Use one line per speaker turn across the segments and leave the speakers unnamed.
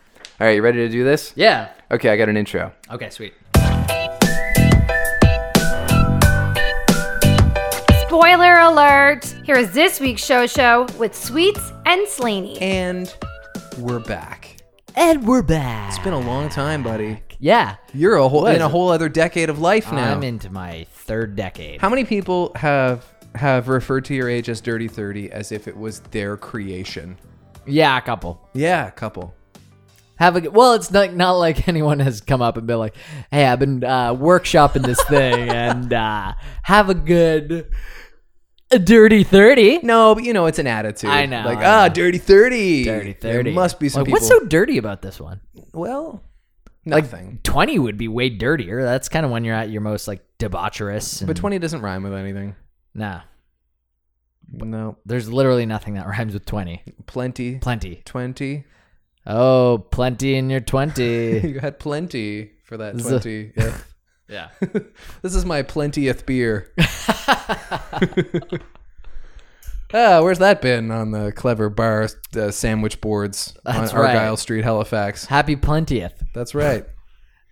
All right, you ready to do this?
Yeah.
Okay, I got an intro.
Okay, sweet.
Spoiler alert! Here is this week's show show with Sweets and Slaney.
And we're back.
And we're back.
It's been a long time, buddy.
yeah.
You're a whole
What
in
is
a
it?
whole other decade of life now.
I'm into my third decade.
How many people have have referred to your age as Dirty Thirty as if it was their creation?
yeah, a couple.
Yeah, a couple.
Have a g- well. It's not not like anyone has come up and been like, "Hey, I've been uh, workshopping this thing, and uh, have a good a dirty 30.
No, but you know it's an attitude.
I know,
Like
I
ah,
know.
Dirty Thirty.
Dirty
There
thirty.
must be some
Like,
people.
What's so dirty about this one?
well? Nothing.
Twenty would be way dirtier. That's kind of when you're at your most like debaucherous. And,
but twenty doesn't rhyme with anything.
nah,
No,
there's literally nothing that rhymes with twenty.
plenty.
Plenty.
Twenty.
Oh, plenty in your twenty.
You had plenty for that
Z-
twenty. Yeah.
yeah.
this is my plentieth beer. Ah, where's that been on the clever bar uh, sandwich boards
That's
on
right.
Argyle Street, Halifax?
Happy plentieth.
That's right.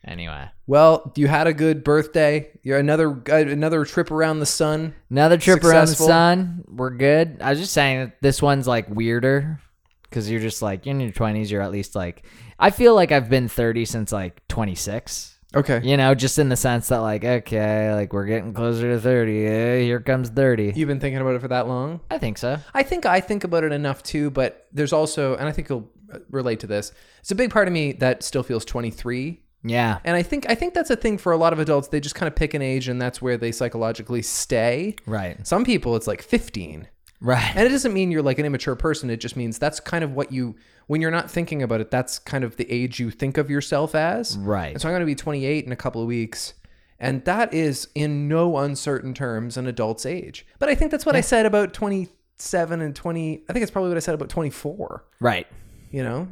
Anyway,
Well, you had a good birthday. You're another uh, another trip around the sun.
another trip
Successful.
around the sun. We're good. I was just saying that this one's like weirder because you're just like you're in your twenties. You're at least like I feel like I've been thirty since like twenty six.
Okay.
You know, just in the sense that like okay, like we're getting closer to thirty. Eh, here comes thirty.
You've been thinking about it for that long?
I think so.
I think I think about it enough too, but there's also, and I think you'll uh, relate to this. It's a big part of me that still feels 23,
Yeah.
and I think I think that's a thing for a lot of adults. They just kind of pick an age, and that's where they psychologically stay.
Right.
Some people, it's like 15.
Right.
And it doesn't mean you're like an immature person. It just means that's kind of what you, when you're not thinking about it, that's kind of the age you think of yourself as.
Right.
And so I'm going to be 28 in a couple of weeks. And that is in no uncertain terms an adult's age. But I think that's what I said about 27 and 20. I think it's probably what I said about 24,
Right.
you know?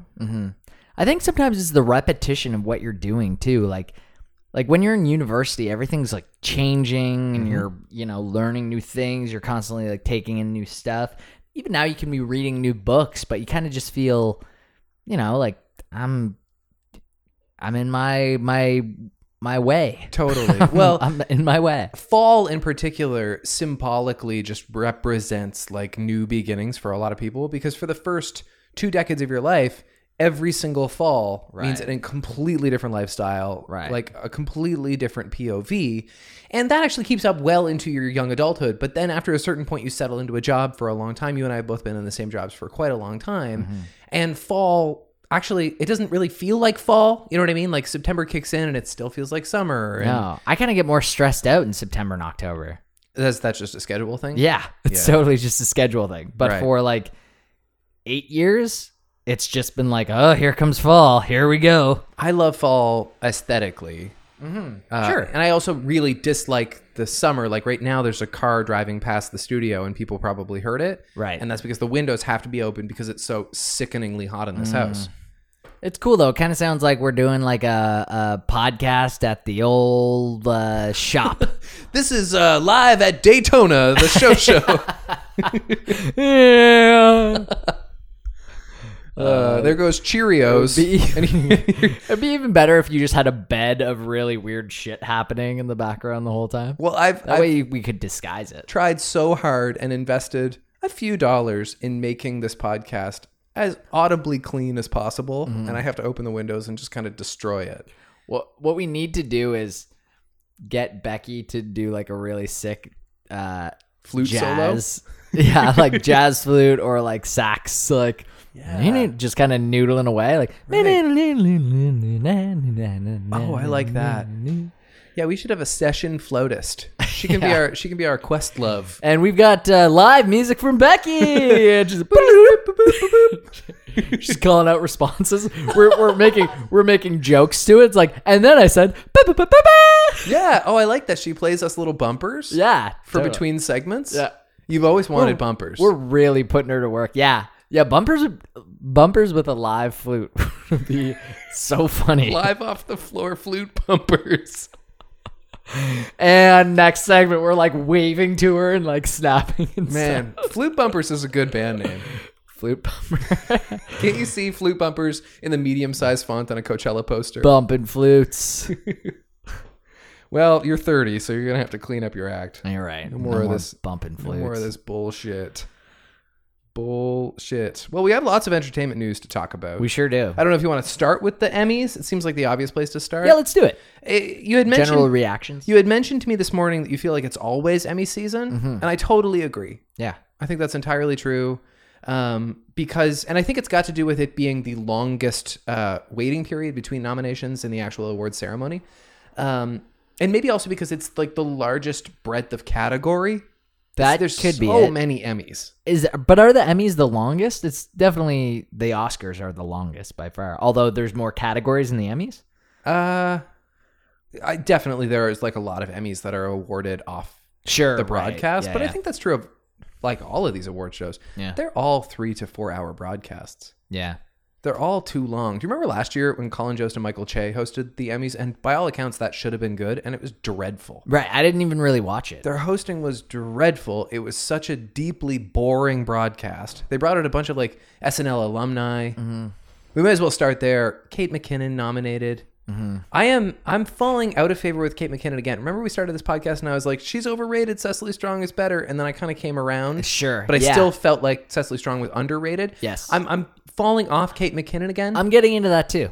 I think sometimes it's the repetition of what you're doing too. Like like when you're in university, everything's like changing and you're, you know, learning new things, you're constantly like taking in new stuff. Even now you can be reading new books, but you kind of just feel, you know, like I'm I'm in my my my way.
Totally. Well,
I'm in my way.
fall in particular symbolically just represents like new beginnings for a lot of people because for the first two decades of your life every single fall means
Right.
a completely different lifestyle
Right.
like a completely different pov and that actually keeps up well into your young adulthood but then after a certain point you settle into a job for a long time you and i have both been in the same jobs for quite a long time
Mm-hmm.
and fall actually it doesn't really feel like fall you know what i mean like september kicks in and it still feels like summer and
No, I kind of get more stressed out in September and October.
that's that's just a schedule thing
Yeah, it's
Yeah.
totally just a schedule thing. But
Right.
for like eight years, it's just been like, oh, here comes fall. Here we go.
I love fall aesthetically. Uh,
Mm-hmm. Sure.
And I also really dislike the summer. Like right now, there's a car driving past the studio, and people probably heard it.
Right.
And that's because the windows have to be open because it's so sickeningly hot in this
Mm.
house.
It's cool though. It kind of sounds like we're doing like a, a podcast at the old uh, shop.
This is uh, live at Daytona, the show show.
yeah.
uh, there goes Cheerios.
It'd be even better if you just had a bed of really weird shit happening in the background the whole time.
well, I've,
that
I've
way we could disguise it.
tried so hard and invested a few dollars in making this podcast as audibly clean as possible,
Mm-hmm.
and I have to open the windows and just kind of destroy it.
What what we need to do is get Becky to do like a really sick uh
Flute solo.
jazz. yeah, like jazz flute or like sax like just kind of noodling away like
Oh, I like that. Yeah, we should have a session flautist. She can be
Yeah.
our she can be our quest love.
And we've got uh, live music from Becky. And she's, she's calling out responses. We're, we're making we're making jokes to it. It's like, and then I said, "Ba, ba, ba, ba, ba."
Yeah. Oh, I like that. She plays us little bumpers.
yeah,
For
totally.
between segments.
Yeah.
You've always wanted
We're-
bumpers.
We're really putting her to work. Yeah. Yeah, bumpers bumpers with a live flute would be so funny.
live off the floor flute bumpers.
And next segment we're like waving to her and like snapping and
Man, flute bumpers is a good band name.
stuff. Flute bumper.
Can't you see flute bumpers in the medium sized font on a Coachella poster?
Bumping flutes.
well, you're 30, so you're going to have to clean up your act.
You're right. No
more of this-
bumping
No
flutes.
more of this bullshit. Bullshit. Well, we have lots of entertainment news to talk about.
We sure do.
I don't know if you want to start with the Emmys. It seems like the obvious place to start.
Yeah, let's do it.
Uh, you had mentioned
General reactions.
you had mentioned to me this morning that you feel like it's always Emmy season,
Mm-hmm.
and I totally agree.
yeah.
I think that's entirely true. Um, because, and I think it's got to do with it being the longest uh, waiting period between nominations and the actual award ceremony. Um, and maybe also because it's like the largest breadth of category.
That
There's
could
so
be it.
many Emmys.
Is but are the Emmys the longest? It's definitely the Oscars are the longest by far. Although there's more categories in the Emmys.
Uh, I definitely there is like a lot of Emmys that are awarded off
Sure.
the broadcast,
right. Yeah,
but
yeah.
I think that's true of like all of these award shows.
Yeah.
They're all three to four hour broadcasts.
yeah.
They're all too long. Do you remember last year when Colin Jost and Michael Che hosted the Emmys? And by all accounts, that should have been good, and it was dreadful.
Right. I didn't even really watch it.
Their hosting was dreadful. It was such a deeply boring broadcast. They brought out a bunch of like SNL alumni.
Mm-hmm.
We may as well start there. Kate McKinnon nominated.
Mm-hmm.
I am I'm falling out of favor with Kate McKinnon again. Remember we started this podcast and I was like, she's overrated. Cecily Strong is better, and then I kind of came around.
Sure,
but I
yeah.
still felt like Cecily Strong was underrated.
Yes.
I'm I'm falling off Kate McKinnon again.
I'm getting into that too.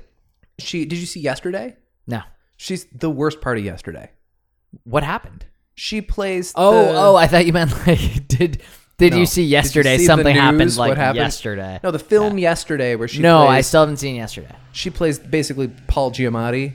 she did you see yesterday?
No.
She's the worst part of yesterday.
What happened?
She plays.
Oh,
the-
oh, I thought you meant like did did
uh, No.
you see
Did you
yesterday
see the
something
news,
happened
what
like
happened?
yesterday?
No, the film yesterday where she
No, I
plays,
still haven't seen yesterday.
she plays basically Paul Giamatti.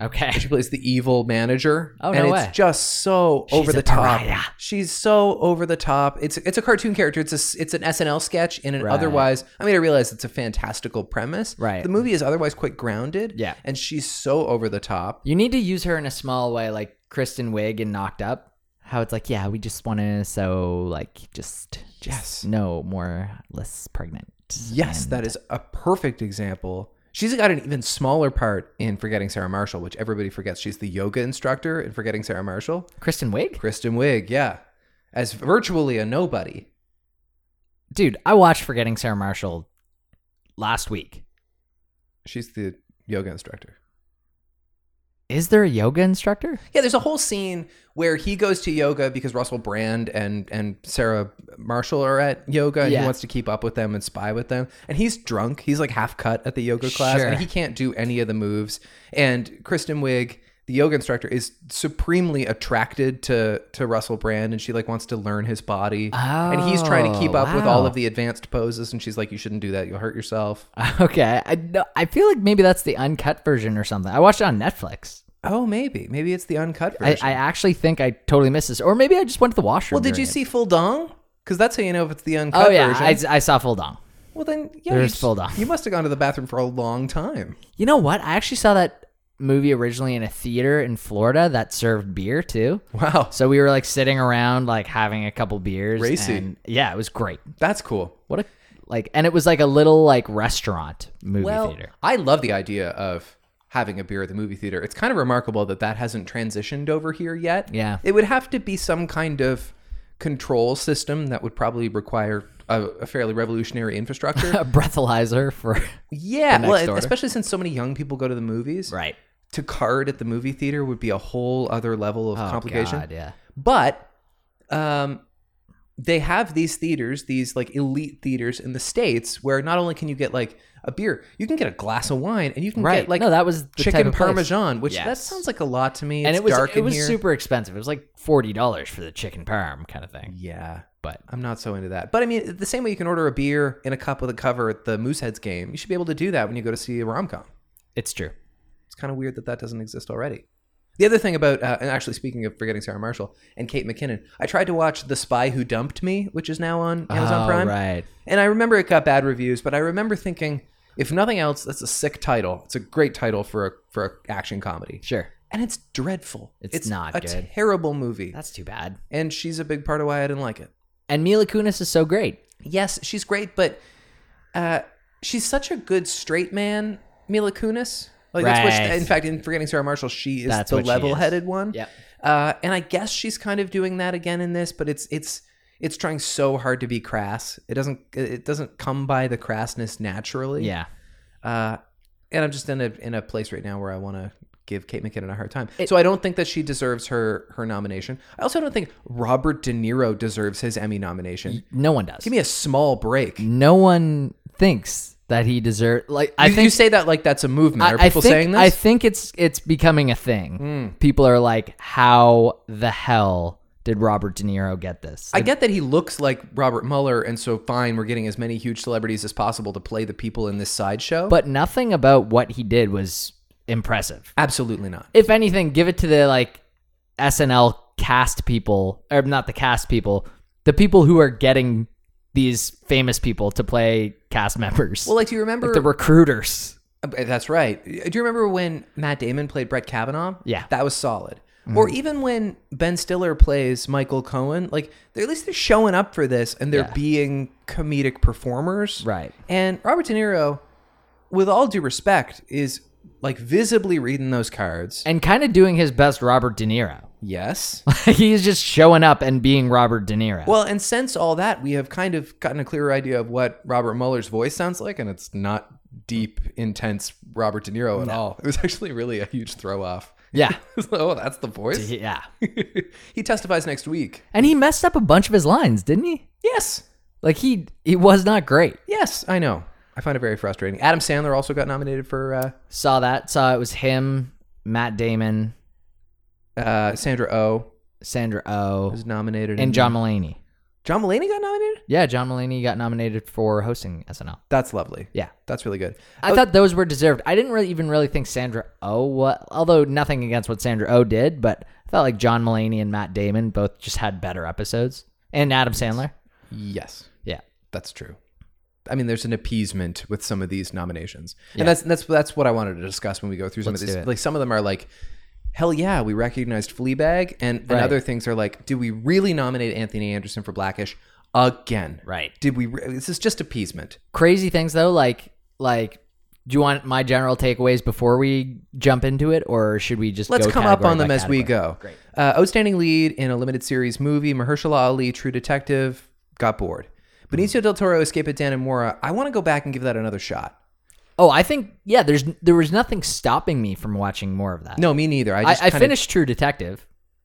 Okay.
She plays the evil manager.
Oh,
and
no
it's
way.
just so over
a
the top.
pariah.
She's so over the top. It's it's a cartoon character. It's a s- it's an SNL sketch in an
Right.
otherwise. I mean, I realize it's a fantastical premise.
Right.
The movie is otherwise quite grounded.
Yeah.
And she's so over the top.
You need to use her in a small way, like Kristen Wiig in Knocked Up. How it's like, yeah, we just want to, so like, just, just
Yes.
no more, less pregnant.
Yes,
And-
that is a perfect example. She's got an even smaller part in Forgetting Sarah Marshall, which everybody forgets. She's the yoga instructor in Forgetting Sarah Marshall.
Kristen Wiig,
Kristen Wiig, yeah, as virtually a nobody.
dude, I watched Forgetting Sarah Marshall last week.
She's the yoga instructor.
Is there a yoga instructor?
Yeah, there's a whole scene where he goes to yoga because Russell Brand and and Sarah Marshall are at yoga and he
Yeah.
wants to keep up with them and spy with them. And he's drunk. He's like half cut at the yoga class
Sure.
and he can't do any of the moves. And Kristen Wiig, the yoga instructor, is supremely attracted to to Russell Brand and she like wants to learn his body. and he's trying to keep
Oh,
up with all
wow.
of the advanced poses and she's like, You shouldn't do that, you'll hurt yourself.
Okay, I no, I feel like maybe that's the uncut version or something. I watched it on Netflix.
Oh, maybe. Maybe it's the uncut
I,
version.
I actually think I totally missed this, or maybe I just went to the washroom.
well, did you
during it.
see Full Dong? Because that's how you know if it's the uncut
Oh yeah,
version.
I, I saw Full Dong.
Well, then, yeah,
There's
you, s-
Full Dong.
You must have gone to the bathroom for a long time.
You know what? I actually saw that movie originally in a theater in Florida that served beer too.
Wow,
So we were like sitting around, like having a couple beers.
Racy.
and- yeah, it was great.
that's cool.
What a like, and it was like a little like restaurant movie
Well,
theater.
I love the idea of having a beer at the movie theater. It's kind of remarkable that that hasn't transitioned over here yet.
Yeah.
it would have to be some kind of control system that would probably require a, a fairly revolutionary infrastructure.
A breathalyzer for
yeah,
next
well,
order.
especially since so many young people go to the movies.
right.
To card at the movie theater would be a whole other level of
Oh,
complication.
God, yeah.
But um, they have these theaters, these like elite theaters in the states, where not only can you get like a beer, you can get a glass of wine, and you can
Right.
get like
No, that was the type
chicken
of place.
parmesan, which that
Yes.
sounds like a lot to me.
and
It's
it was
dark
it
in
was
here.
super expensive. It was like forty dollars for the chicken parm kind of thing.
Yeah,
But
I'm not so into that. But I mean, the same way you can order a beer in a cup with a cover at the Mooseheads game, you should be able to do that when you go to see a rom com.
it's true.
It's kind of weird that that doesn't exist already. The other thing about, uh, and actually speaking of forgetting Sarah Marshall and Kate McKinnon, I tried to watch The Spy Who Dumped Me, which is now on Amazon
Oh,
Prime.
Right.
And I remember it got bad reviews, but I remember thinking, if nothing else, that's a sick title. It's a great title for a for an action comedy,
Sure.
and it's dreadful.
It's not
a
good.
terrible movie,
That's too bad.
and she's a big part of why I didn't like it.
And Mila Kunis is so great.
Yes, she's great, but uh, she's such a good straight man, Mila Kunis. Like that's what
Right.
she, in fact, in Forgetting Sarah Marshall, she is
That's
the
what she is.
level-headed one.
Yep.
Uh, and I guess she's kind of doing that again in this, but it's it's It's trying so hard to be crass. It doesn't it doesn't come by the crassness naturally.
Yeah.
Uh, and I'm just in a in a place right now where I want to give Kate McKinnon a hard time. so I don't think that she deserves her her nomination. I also don't think Robert De Niro deserves his Emmy nomination.
No one does.
Give me a small break. You,
no one thinks that he deserves. Like I
I
think
you say that like that's a movement.
I,
Are
I
people
think,
saying this? Hmm.
I think it's it's becoming a thing. People are like, how the hell did Robert De Niro get this?
I get that he looks like Robert Mueller, and so fine, we're getting as many huge celebrities as possible to play the people in this sideshow.
but nothing about what he did was impressive.
absolutely not.
If anything, give it to the like SNL cast people, or not the cast people, the people who are getting these famous people to play cast members.
Well, like, do you remember?
like the recruiters.
Uh, That's right. Do you remember when Matt Damon played Brett Kavanaugh?
Yeah. Mm-hmm.
that was solid. Or even when Ben Stiller plays Michael Cohen, like they're, at least they're showing up for this and they're
Yeah.
being comedic performers.
Right.
And Robert De Niro, with all due respect, is like visibly reading those cards.
And kind of doing his best Robert De Niro.
yes.
He's just showing up and being Robert De Niro.
Well, and since all that, we have kind of gotten a clearer idea of what Robert Mueller's voice sounds like, and it's not deep, intense Robert De Niro at all. It was actually really a huge throw off.
yeah.
oh, that's the voice.
Yeah.
he testifies next week.
And he messed up a bunch of his lines, didn't he?
Yes.
Like he he was not great.
Yes, I know. I find it very frustrating. Adam Sandler also got nominated for uh,
Saw that. Saw it was him, Matt Damon,
uh, uh, Sandra O
Sandra Oh,
was nominated,
and John Mulaney.
John Mulaney got nominated.
Yeah, John Mulaney got nominated for hosting SNL.
That's lovely.
Yeah.
that's really good.
I thought those were deserved. I didn't really even really think Sandra Oh what although nothing against what Sandra Oh did, but I felt like John Mulaney and Matt Damon both just had better episodes. And Adam Sandler.
Oh, Yes,
Yeah.
that's true. I mean, there's an appeasement with some of these nominations, and that's that's that's what I wanted to discuss when we go through some
Let's
of these.
do it.
Like some of them are like, hell yeah, we recognized Fleabag, and, and
Right.
other things are like, do we really nominate Anthony Anderson for Blackish again?
Right.
Did we? Re- this is just appeasement.
Crazy things though, like like do you want my general takeaways before we jump into it or should we just
Let's
go
come up
category
on them
by
as we
category?
go. Great. Uh, outstanding lead in a limited series movie, Mahershala Ali, True Detective, got bored. Benicio del Toro, Escape at Dan and Mora. I want to go back and give that another shot.
Oh, I think yeah, there's there was nothing stopping me from watching more of that.
No, me neither. I
I,
just
I
kinda-
finished True Detective.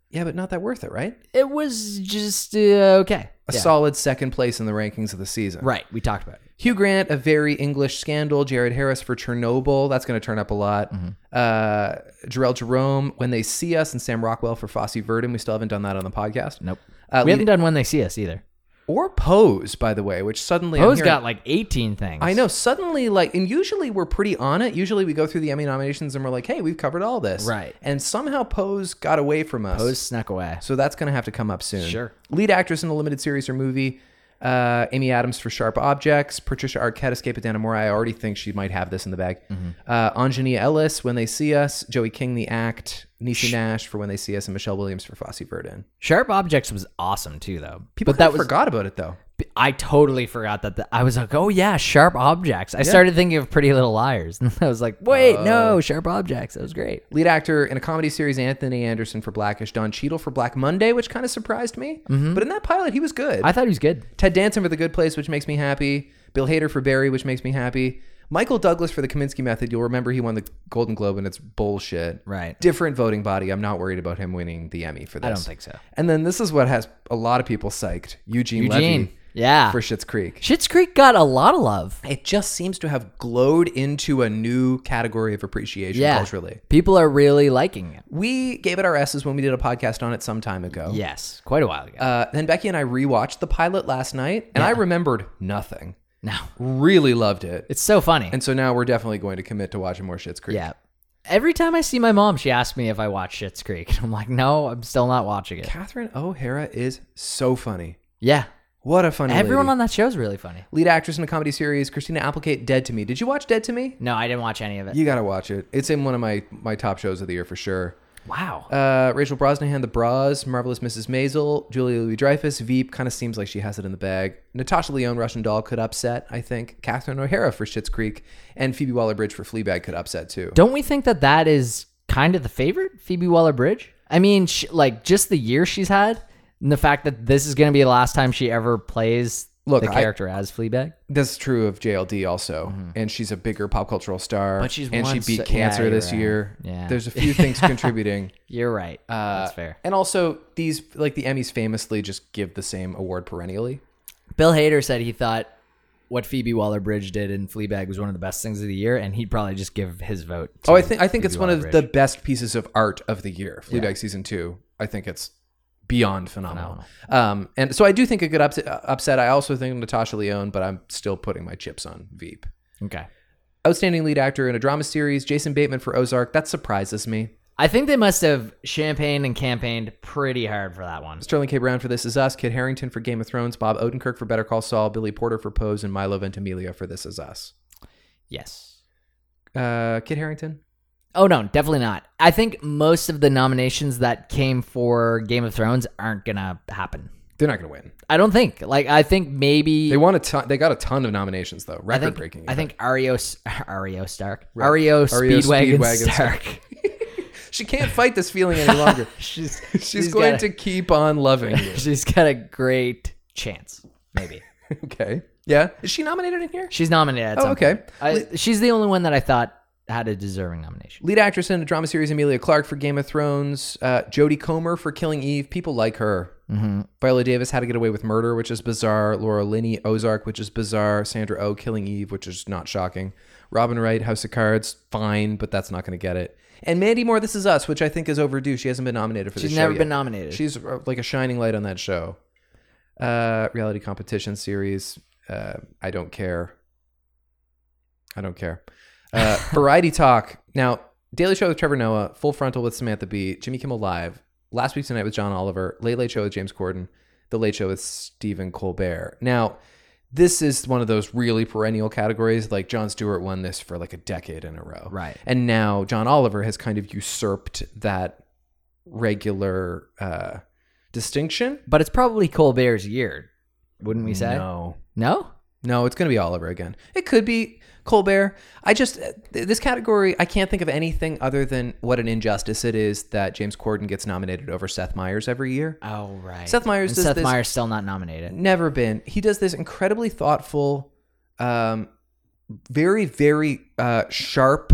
Yeah, but not that worth it, right?
It was just uh, okay.
A
Yeah.
solid second place in the rankings of the season.
Right, we talked about it.
Hugh Grant, a very English scandal. Jared Harris for Chernobyl. That's going to turn up a lot.
Mm-hmm.
Uh, Jarrell Jerome, When They See Us, and Sam Rockwell for Fosse Verdon. We still haven't done that on the podcast.
Nope.
Uh,
we haven't
lead-
done when they see us either.
or Pose, by the way, which suddenly I'm
Poe's
hearing-
got like 18 things.
I know. Suddenly, like, and usually we're pretty on it. Usually we go through the Emmy nominations and we're like, hey, we've covered all this.
Right.
And somehow Pose got away from us.
Poe's snuck away.
So that's going to have to come up soon.
Sure.
Lead actress in a limited series or movie, uh, Amy Adams for Sharp Objects, Patricia Arquette, Escape at Danamora. I already think she might have this in the bag.
Mm-hmm.
Uh, Anjani Ellis, When They See Us, Joey King, The Act, Niecy Nash for When They See Us, and Michelle Williams for Fosse Verdon.
Sharp Objects was awesome too, though.
People
but that was
forgot about it, though.
I totally forgot that. The, I was like, oh yeah, Sharp Objects. I started thinking of Pretty Little Liars, and I was like, wait,
Uh.
no, Sharp Objects. That was great.
Lead actor in a comedy series, Anthony Anderson for Blackish, Don Cheadle for Black Monday, which kind of surprised me. But in that pilot, he was good.
I thought he was good.
Ted Danson for The Good Place, which makes me happy. Bill Hader for Barry, which makes me happy. Michael Douglas for The Kaminsky Method. You'll remember he won the Golden Globe, and it's bullshit.
Right.
Different voting body. I'm not worried about him winning the Emmy for this.
I don't think so.
And then this is what has a lot of people psyched: Eugene,
Eugene.
Levy
Yeah.
for Schitt's Creek.
Schitt's Creek got a lot of love.
It just seems to have glowed into a new category of appreciation
Yeah.
culturally.
People are really liking it.
We gave it our S's when we did a podcast on it some time ago.
Yes, quite a while ago.
Uh, then Becky and I rewatched the pilot last night, and I remembered nothing.
no,
Really loved it.
it's so funny.
And so now we're definitely going to commit to watching more Shit's Creek.
Yeah. Every time I see my mom, she asks me if I watch Shit's Creek. I'm like, no, I'm still not watching it.
Catherine O'Hara is so funny.
Yeah.
What a funny
Everyone
lady.
on that show is really funny.
lead actress in a comedy series, Christina Applegate, Dead to Me. Did you watch Dead to Me?
No, I didn't watch any of it.
You gotta watch it. It's in one of my my top shows of the year for sure.
wow.
Uh, Rachel Brosnahan, The Bras, Marvelous Mrs. Maisel, Julia Louis Dreyfus, Veep. Kind of seems like she has it in the bag. Natasha Leone, Russian Doll could upset. I think Catherine O'Hara for Schitt's Creek and Phoebe Waller Bridge for Fleabag could upset too.
Don't we think that that is kind of the favorite, Phoebe Waller Bridge? I mean, sh like just the year she's had, And the fact that this is going to be the last time she ever plays
Look,
the
I-
character as Fleabag.
That's true of JLD also, and she's a bigger pop cultural star.
Mm-hmm. But she's
and she
won
beat
so-
cancer
yeah,
this
you're right.
year.
Yeah.
there's a few things contributing.
You're right. Uh, That's fair.
And also, these like the Emmys famously just give the same award perennially.
Bill Hader said he thought what Phoebe Waller-Bridge did in Fleabag was one of the best things of the year, and he'd probably just give his vote. To
Oh, I think I think it's one of the
Waller-Bridge.
best pieces of art of the year. Fleabag season two. I think it's beyond phenomenal. Um, and so I do think a good upset. uh, Upset. I also think Natasha Leone, but I'm still putting my chips on Veep.
okay.
Outstanding lead actor in a drama series, Jason Bateman for Ozark. That surprises me.
I think they must have champagned and campaigned pretty hard for that one.
Sterling K. Brown for This Is Us, Kit Harrington for Game of Thrones, Bob Odenkirk for Better Call Saul, Billy Porter for Pose, and Milo Ventimiglia for This Is Us.
Yes.
Uh, Kit Harrington.
Oh no, definitely not. I think most of the nominations that came for Game of Thrones aren't gonna happen.
They're not going to win.
I don't think. Like, I think maybe
They won a ton. They got a ton of nominations though.
I
Record
think
breaking.
I think Ario S- Ario Stark,
Right.
Ario
Ario
Speedwagon,
Speedwagon
Stark.
she can't fight this feeling any longer.
she's
She's going
got
to keep on loving you.
A, she's got a great chance. Maybe
okay. Yeah. Is she nominated in here?
she's nominated. At
Oh,
some
okay.
point. I, she's the only one that I thought had a deserving nomination.
Lead actress in a drama series, Amelia Clark for Game of Thrones, uh, Jodie Comer for Killing Eve. People like her. Mm-hmm. Viola Davis, How to Get Away with Murder, which is bizarre. Laura Linney, Ozark, which is bizarre. Sandra O, oh, Killing Eve, which is not shocking. Robin Wright, House of Cards, fine, but that's not going to get it. And Mandy Moore, This Is Us, which I think is overdue. She hasn't been nominated for
She's
this show
never
yet.
been nominated.
She's uh, like a shining light on that show. Uh, reality competition series. Uh, I don't care. I don't care. Uh, variety talk. Now, Daily Show with Trevor Noah, Full Frontal with Samantha Bee, Jimmy Kimmel Live, Last Week Tonight with John Oliver, Late Late Show with James Corden, The Late Show with Stephen Colbert. Now, this is one of those really perennial categories. Like John Stewart won this for like a decade in a row.
Right.
And now John Oliver has kind of usurped that regular uh, distinction.
but it's probably Colbert's year, wouldn't we say?
No.
No?
No, it's going to be Oliver again. It could be Colbert. I just uh, th- this category, I can't think of anything other than what an injustice it is that James Corden gets nominated over Seth Meyers every year.
Oh right.
Seth Meyers
And
does
Seth
this-
Meyers still not nominated.
Never been. He does this incredibly thoughtful, um, very very uh, sharp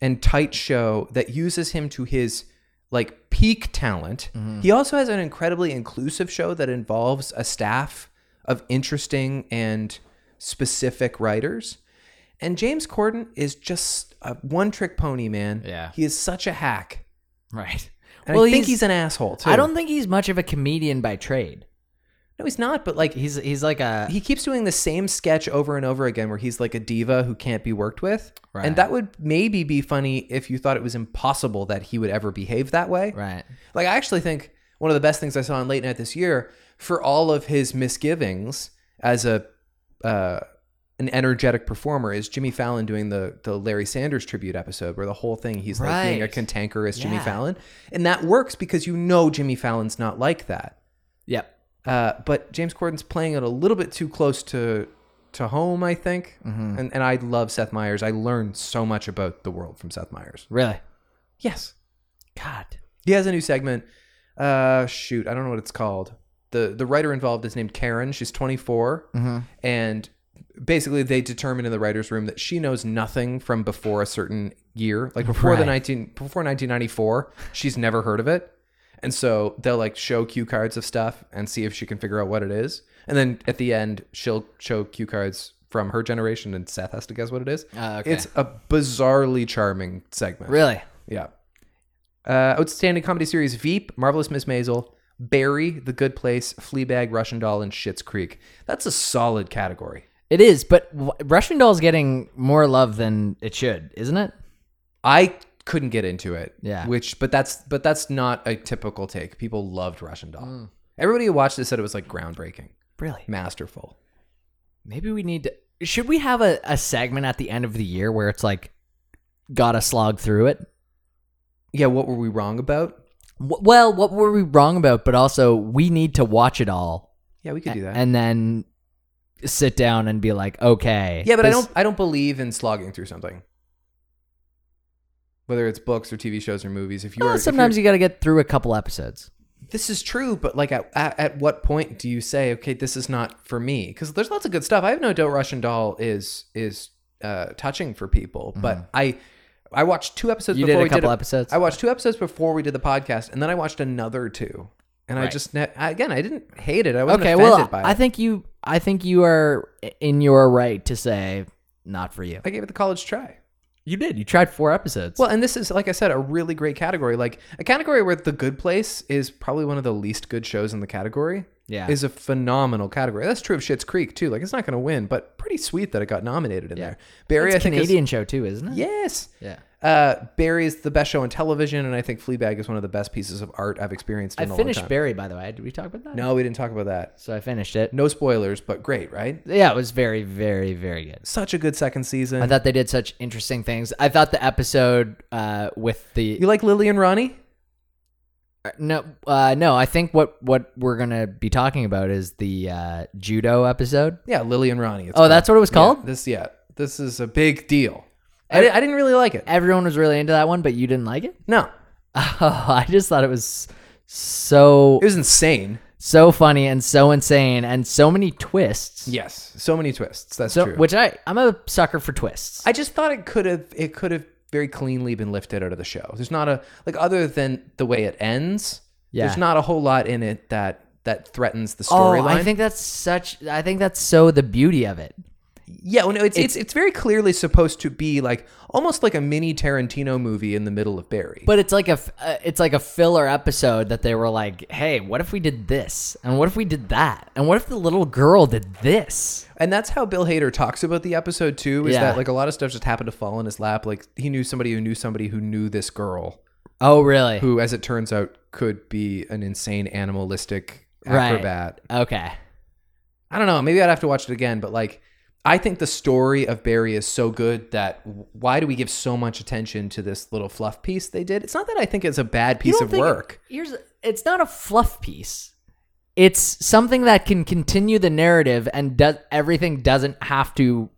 and tight show that uses him to his like peak talent.
Mm-hmm.
He also has an incredibly inclusive show that involves a staff of interesting and specific writers. And James Corden is just a one-trick pony, man.
Yeah.
he is such a hack.
Right.
And I think he's, an asshole too.
I don't think he's much of a comedian by trade.
No, he's not. But like,
He's he's like a
he keeps doing the same sketch over and over again where he's like a diva who can't be worked with.
Right.
And that would maybe be funny if you thought it was impossible that he would ever behave that way.
right.
Like, I actually think one of the best things I saw on Late Night this year, for all of his misgivings as a uh, an energetic performer, is Jimmy Fallon doing the the Larry Sanders tribute episode, where the whole thing he's like being a
Right.
cantankerous Jimmy
Yeah.
Fallon, and that works because you know Jimmy Fallon's not like that.
Yep.
Uh, but James Corden's playing it a little bit too close to to home, I think.
Mm-hmm.
And and I love Seth Meyers. I learned so much about the world from Seth Meyers.
Really.
Yes,
God.
he has a new segment. Uh, shoot, I don't know what it's called. the The writer involved is named Karen. She's 24,
Mm-hmm.
and basically they determine in the writers' room that she knows nothing from before a certain year, like before the
Right.
19 before 1994. She's never heard of it, and so they'll like show cue cards of stuff and see if she can figure out what it is. And then at the end, she'll show cue cards from her generation, and Seth has to guess what it is.
Uh, okay.
It's a bizarrely charming segment.
Really.
Yeah. Uh, outstanding comedy series: Veep, Marvelous Miss Maisel, Barry, The Good Place, Fleabag, Russian Doll, and Schitt's Creek. That's a solid category.
It is, but w- Russian Doll's getting more love than it should, isn't it?
I couldn't get into it.
Yeah.
Which, but that's but that's not a typical take. People loved Russian Doll.
Mm.
Everybody who watched it said it was like groundbreaking,
Really.
masterful.
Maybe we need to. Should we have a, a segment at the end of the year where it's like, gotta slog through it?
Yeah. What were we wrong about?
W- well, what were we wrong about? But also, we need to watch it all
Yeah, we could do that.
and then sit down and be like, okay.
yeah, but I
this-
don't. I don't believe in slogging through something. Whether it's books or TV shows or movies, if you
Well,
are if you're-
sometimes you got to get through a couple episodes.
this is true, but like at, at, at what point do you say, okay, this is not for me? Because there's lots of good stuff. I have no doubt Russian Doll is is uh, touching for people, but I I watched two episodes.
Mm-hmm. You did
before
a
we
couple
did
episodes?
I watched two episodes before we did the podcast, and then I watched another two, and I
Right.
just ne- I- again I didn't hate it. I wasn't
Okay,
offended
well,
by it.
I think you, I think you are in your right to say not for you.
I gave it the college try.
You did. You tried four episodes.
Well, and this is like I said, a really great category. Like a category where The Good Place is probably one of the least good shows in the category.
Yeah.
is a phenomenal category. That's true of Shit's Creek too. Like it's not going to win, but pretty sweet that it got nominated in
Yeah.
there. Barry,
it's a
I think is-
Canadian show too, isn't it?
yes.
Yeah.
Uh, Barry is the best show on television, and I think Fleabag is one of the best pieces of art I've experienced.
I
In a
finished
Long time.
Barry, by the way. Did we talk about that?
no, we didn't talk about that.
So I finished it.
No spoilers, but great, right?
Yeah, it was very, very, very good.
Such a good second season.
I thought they did such interesting things. I thought the episode uh, with the
you like Lily and Ronnie?
no, uh, no. I think what what we're gonna be talking about is the uh, judo episode.
Yeah, Lily and Ronnie. It's
Oh, that's what it was
called.
called.
Yeah, this yeah, this is a big deal. I, di- I didn't really like it.
Everyone was really into that one, but you didn't like it.
No,
Oh, I just thought it was so
it was insane.
so funny and so insane and so many twists.
Yes, so many twists. That's
So,
true.
which I I'm a sucker for twists.
I just thought it could have it could have very cleanly been lifted out of the show. There's not a like other than the way it ends.
Yeah.
There's not a whole lot in it that that threatens the
oh,
storyline.
I think that's such. I think that's so the beauty of it.
yeah, well, no, it's, it's it's very clearly supposed to be like almost like a mini Tarantino movie in the middle of Barry.
But it's like a f- uh, it's like a filler episode that they were like, "Hey, what if we did this? And what if we did that? And what if the little girl did this?"
and that's how Bill Hader talks about the episode too. Is
Yeah.
that like a lot of stuff just happened to fall in his lap? Like he knew somebody who knew somebody who knew this girl.
Oh, really?
who, as it turns out, could be an insane animalistic
Right.
acrobat.
Okay.
I don't know. Maybe I'd have to watch it again, but like, I think the story of Barry is so good that w- why do we give so much attention to this little fluff piece they did? It's not that I think it's a bad
You
piece
don't
of
think-
work.
Here's it's not a fluff piece. It's something that can continue the narrative and does everything doesn't have to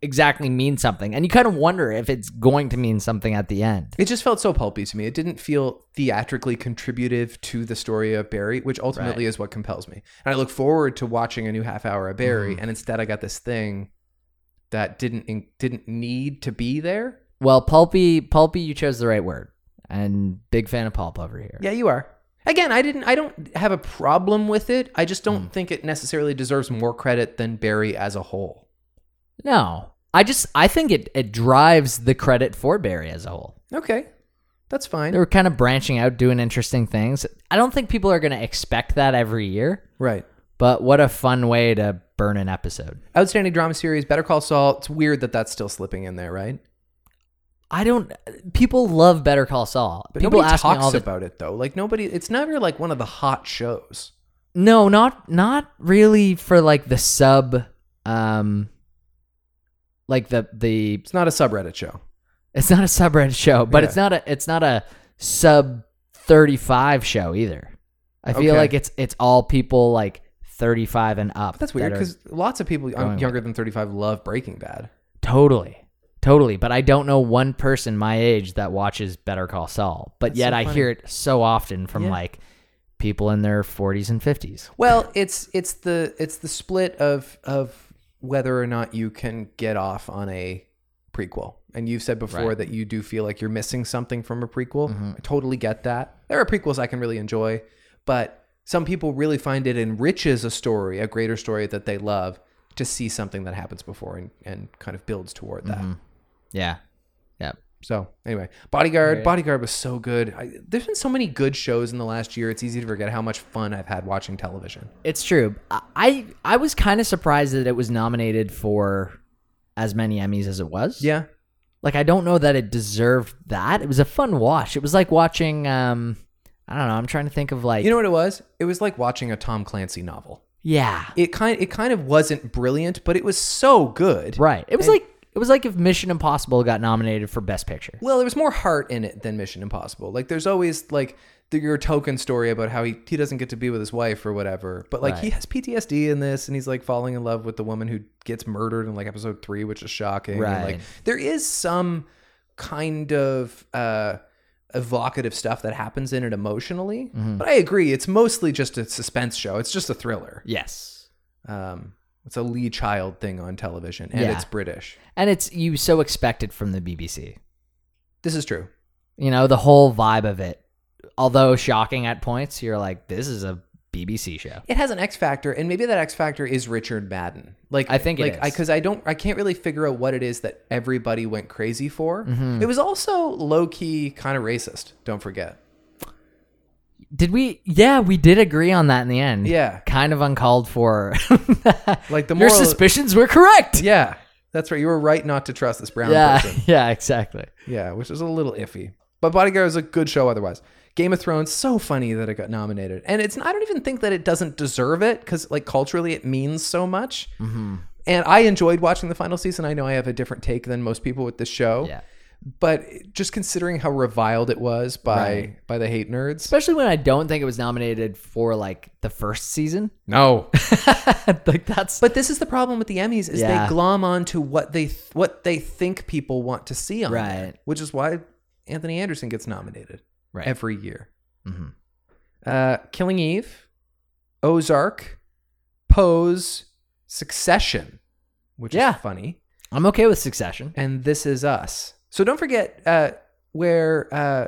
exactly mean something. And you kind of wonder if it's going to mean something at the end.
It just felt so pulpy to me. It didn't feel theatrically contributive to the story of Barry, which ultimately is what compels me. And I look forward to watching a new half hour of Barry,
Mm-hmm.
and instead I got this thing that didn't didn't need to be there.
Well, pulpy pulpy you chose the right word. And big fan of pulp over here.
Yeah, you are. Again, I didn't. I don't have a problem with it. I just don't think it necessarily deserves more credit than Barry as a whole.
No. I just I think it it drives the credit for Barry as a whole.
Okay, that's fine.
They were kind of branching out, doing interesting things. I don't think people are going to expect that every year,
right.
but what a fun way to burn an episode.
Outstanding drama series, Better Call Saul. It's weird that that's still slipping in there, right?
I don't. People love Better Call Saul.
But
people
nobody
ask me all
talks
the
about it though. Like nobody. It's never like one of the hot shows.
no, not not really for like the sub, um, like the the.
It's not a subreddit show.
It's not a subreddit show, but
Yeah.
it's not a it's not a sub thirty five show either. I feel
Okay.
like it's it's all people like thirty five and up.
But that's
that
weird
are-
because lots of people
going
um,
with
younger than thirty-five love Breaking Bad.
Totally. Totally. But I don't know one person my age that watches Better Call Saul. But
That's
yet
so
I
funny.
hear it so often from
Yeah.
like people in their 40s and 50s.
Well, it's it's the it's the split of of whether or not you can get off on a prequel. And you've said before
Right.
that you do feel like you're missing something from a prequel. I totally get that. There are prequels I can really enjoy, but some people really find it enriches a story, a greater story that they love, to see something that happens before and, and kind of builds toward that.
Yeah. Yeah.
So anyway, Bodyguard, Bodyguard was so good. I, there's been so many good shows in the last year. It's easy to forget how much fun I've had watching television.
It's true. I I, I was kind of surprised that it was nominated for as many Emmys as it was.
Yeah,
Like I don't know that it deserved that. It was a fun watch. It was like watching um I don't know, I'm trying to think of like
You know what it was? It was like watching a Tom Clancy novel.
Yeah.
It kind it kind of wasn't brilliant, but it was so good.
Right. It was
And-
like it was like if Mission Impossible got nominated for Best Picture.
Well, there was more heart in it than Mission Impossible. Like there's always like the, your token story about how he, he doesn't get to be with his wife or whatever. But like he has PTSD in this and he's like falling in love with the woman who gets murdered in like episode three, which is shocking. And, like
Right.
there is some kind of uh evocative stuff that happens in it emotionally. But I agree, it's mostly just a suspense show. It's just a thriller.
Yes.
Um, it's a Lee Child thing on television, and
Yeah.
it's British.
And it's you so expect it from the BBC.
This is true.
You know, the whole vibe of it. Although shocking at points, you're like, this is a BBC show.
It has an X factor, and maybe that X factor is Richard Madden. Like
I think it
like I
is.
because I don't I can't really figure out what it is that everybody went crazy for.
Mm-hmm.
It was also low key kind of racist. Don't forget.
Did we? Yeah, we did agree on that in the end.
Yeah.
Kind of uncalled for.
Like the
Your
moral.
suspicions were correct.
yeah, that's right. You were right not to trust this brown
Yeah.
person.
yeah, exactly.
Yeah, which is a little iffy. But Bodyguard is a good show otherwise. Game of Thrones, so funny that it got nominated, and it's I don't even think that it doesn't deserve it because like culturally it means so much.
Mm-hmm.
And I enjoyed watching the final season. I know I have a different take than most people with this show.
Yeah.
but just considering how reviled it was by by the hate nerds.
Especially when I don't think it was nominated for like the first season.
No,
like that's
but this is the problem with the Emmys is
Yeah.
they glom onto what they th- what they think people want to see on, there,
Right.
which is why Anthony Anderson gets nominated
Right.
every year.
Mhm.
Uh, Killing Eve, Ozark, Pose, Succession, which
Yeah.
is funny,
I'm okay with Succession.
and This Is Us. So don't forget uh, where uh,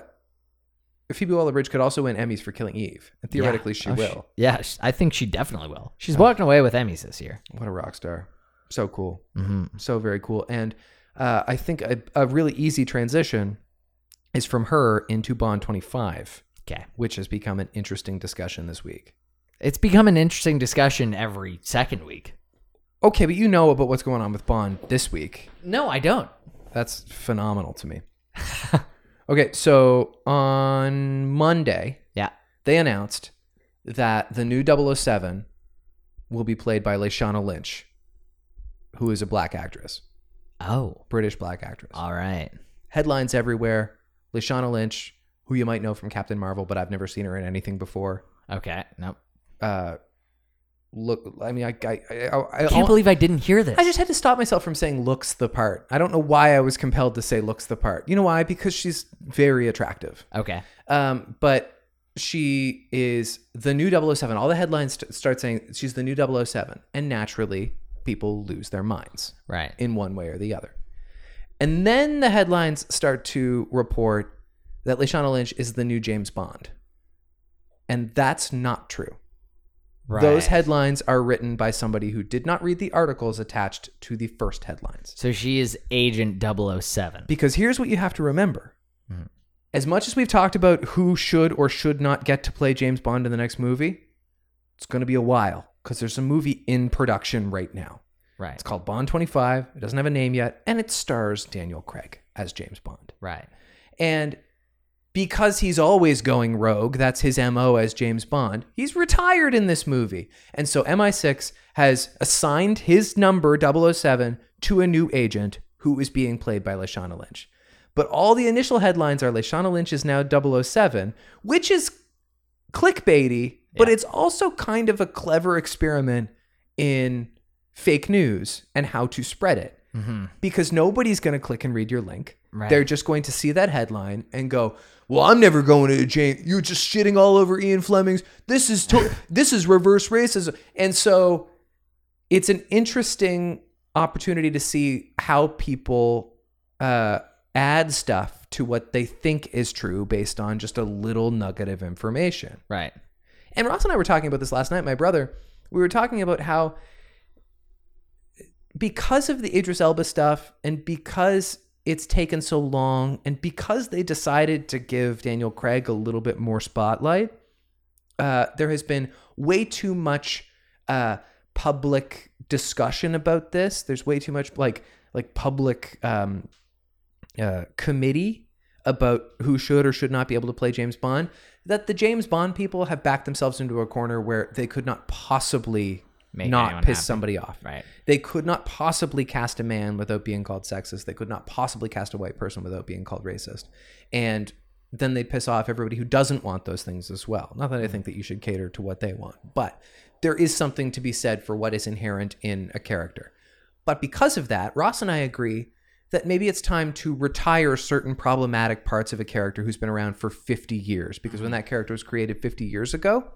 Phoebe Waller-Bridge could also win Emmys for Killing Eve. And theoretically, she
Oh,
will.
yeah, sh- I think she definitely will. She's walking away with Emmys this year.
What a rock star. So cool.
Mm-hmm.
So very cool. And uh, I think a, a really easy transition is from her into Bond 25,
Okay.
which has become an interesting discussion this week.
It's become an interesting discussion every second week.
Okay, but you know about what's going on with Bond this week.
No, I don't.
That's phenomenal to me. okay, so on Monday,
Yeah.
they announced that the new 007 will be played by Lashana Lynch, who is a black actress,
Oh,
British black actress.
all right.
headlines everywhere. Lashana Lynch, who you might know from Captain Marvel, but I've never seen her in anything before.
Okay. Nope.
Uh, look, I mean, I, I, I, I,
I can't believe I didn't hear this.
I just had to stop myself from saying looks the part. I don't know why I was compelled to say looks the part. You know why? Because she's very attractive.
okay.
Um, but she is the new 007. All the headlines st- start saying she's the new 007. And naturally, people lose their minds
Right.
in one way or the other. And then the headlines start to report that Lashana Lynch is the new James Bond. And that's not true.
right.
Those headlines are written by somebody who did not read the articles attached to the first headlines.
So she is Agent 007.
Because here's what you have to remember.
Mhm.
As much as we've talked about who should or should not get to play James Bond in the next movie, it's going to be a while because there's a movie in production right now.
right.
It's called Bond 25. It doesn't have a name yet, and it stars Daniel Craig as James Bond.
Right.
And because he's always going rogue, that's his MO as James Bond, he's retired in this movie. And so MI6 has assigned his number 007 to a new agent who is being played by Lashana Lynch. But all the initial headlines are Lashana Lynch is now 007, which is clickbaity, but
Yeah.
it's also kind of a clever experiment in fake news and how to spread it
Mm-hmm.
because nobody's going to click and read your link.
Right.
They're just going to see that headline and go, "Well, I'm never going to James. You're just shitting all over Ian Fleming's. This is to- this is reverse racism." And so, it's an interesting opportunity to see how people uh, add stuff to what they think is true based on just a little nugget of information.
Right.
And Ross and I were talking about this last night, my brother. We were talking about how because of the Idris Elba stuff and because it's taken so long and because they decided to give Daniel Craig a little bit more spotlight, uh, there has been way too much uh, public discussion about this. There's way too much like like public um, uh, committee about who should or should not be able to play James Bond that the James Bond people have backed themselves into a corner where they could not possibly
Make
not
anyone
piss
happy.
somebody off.
Right.
They could not possibly cast a man without being called sexist. They could not possibly cast a white person without being called racist. And then they'd piss off everybody who doesn't want those things as well. Not that I think that you should cater to what they want, but there is something to be said for what is inherent in a character. But because of that, Ross and I agree that maybe it's time to retire certain problematic parts of a character who's been around for 50 years because when that character was created 50 years ago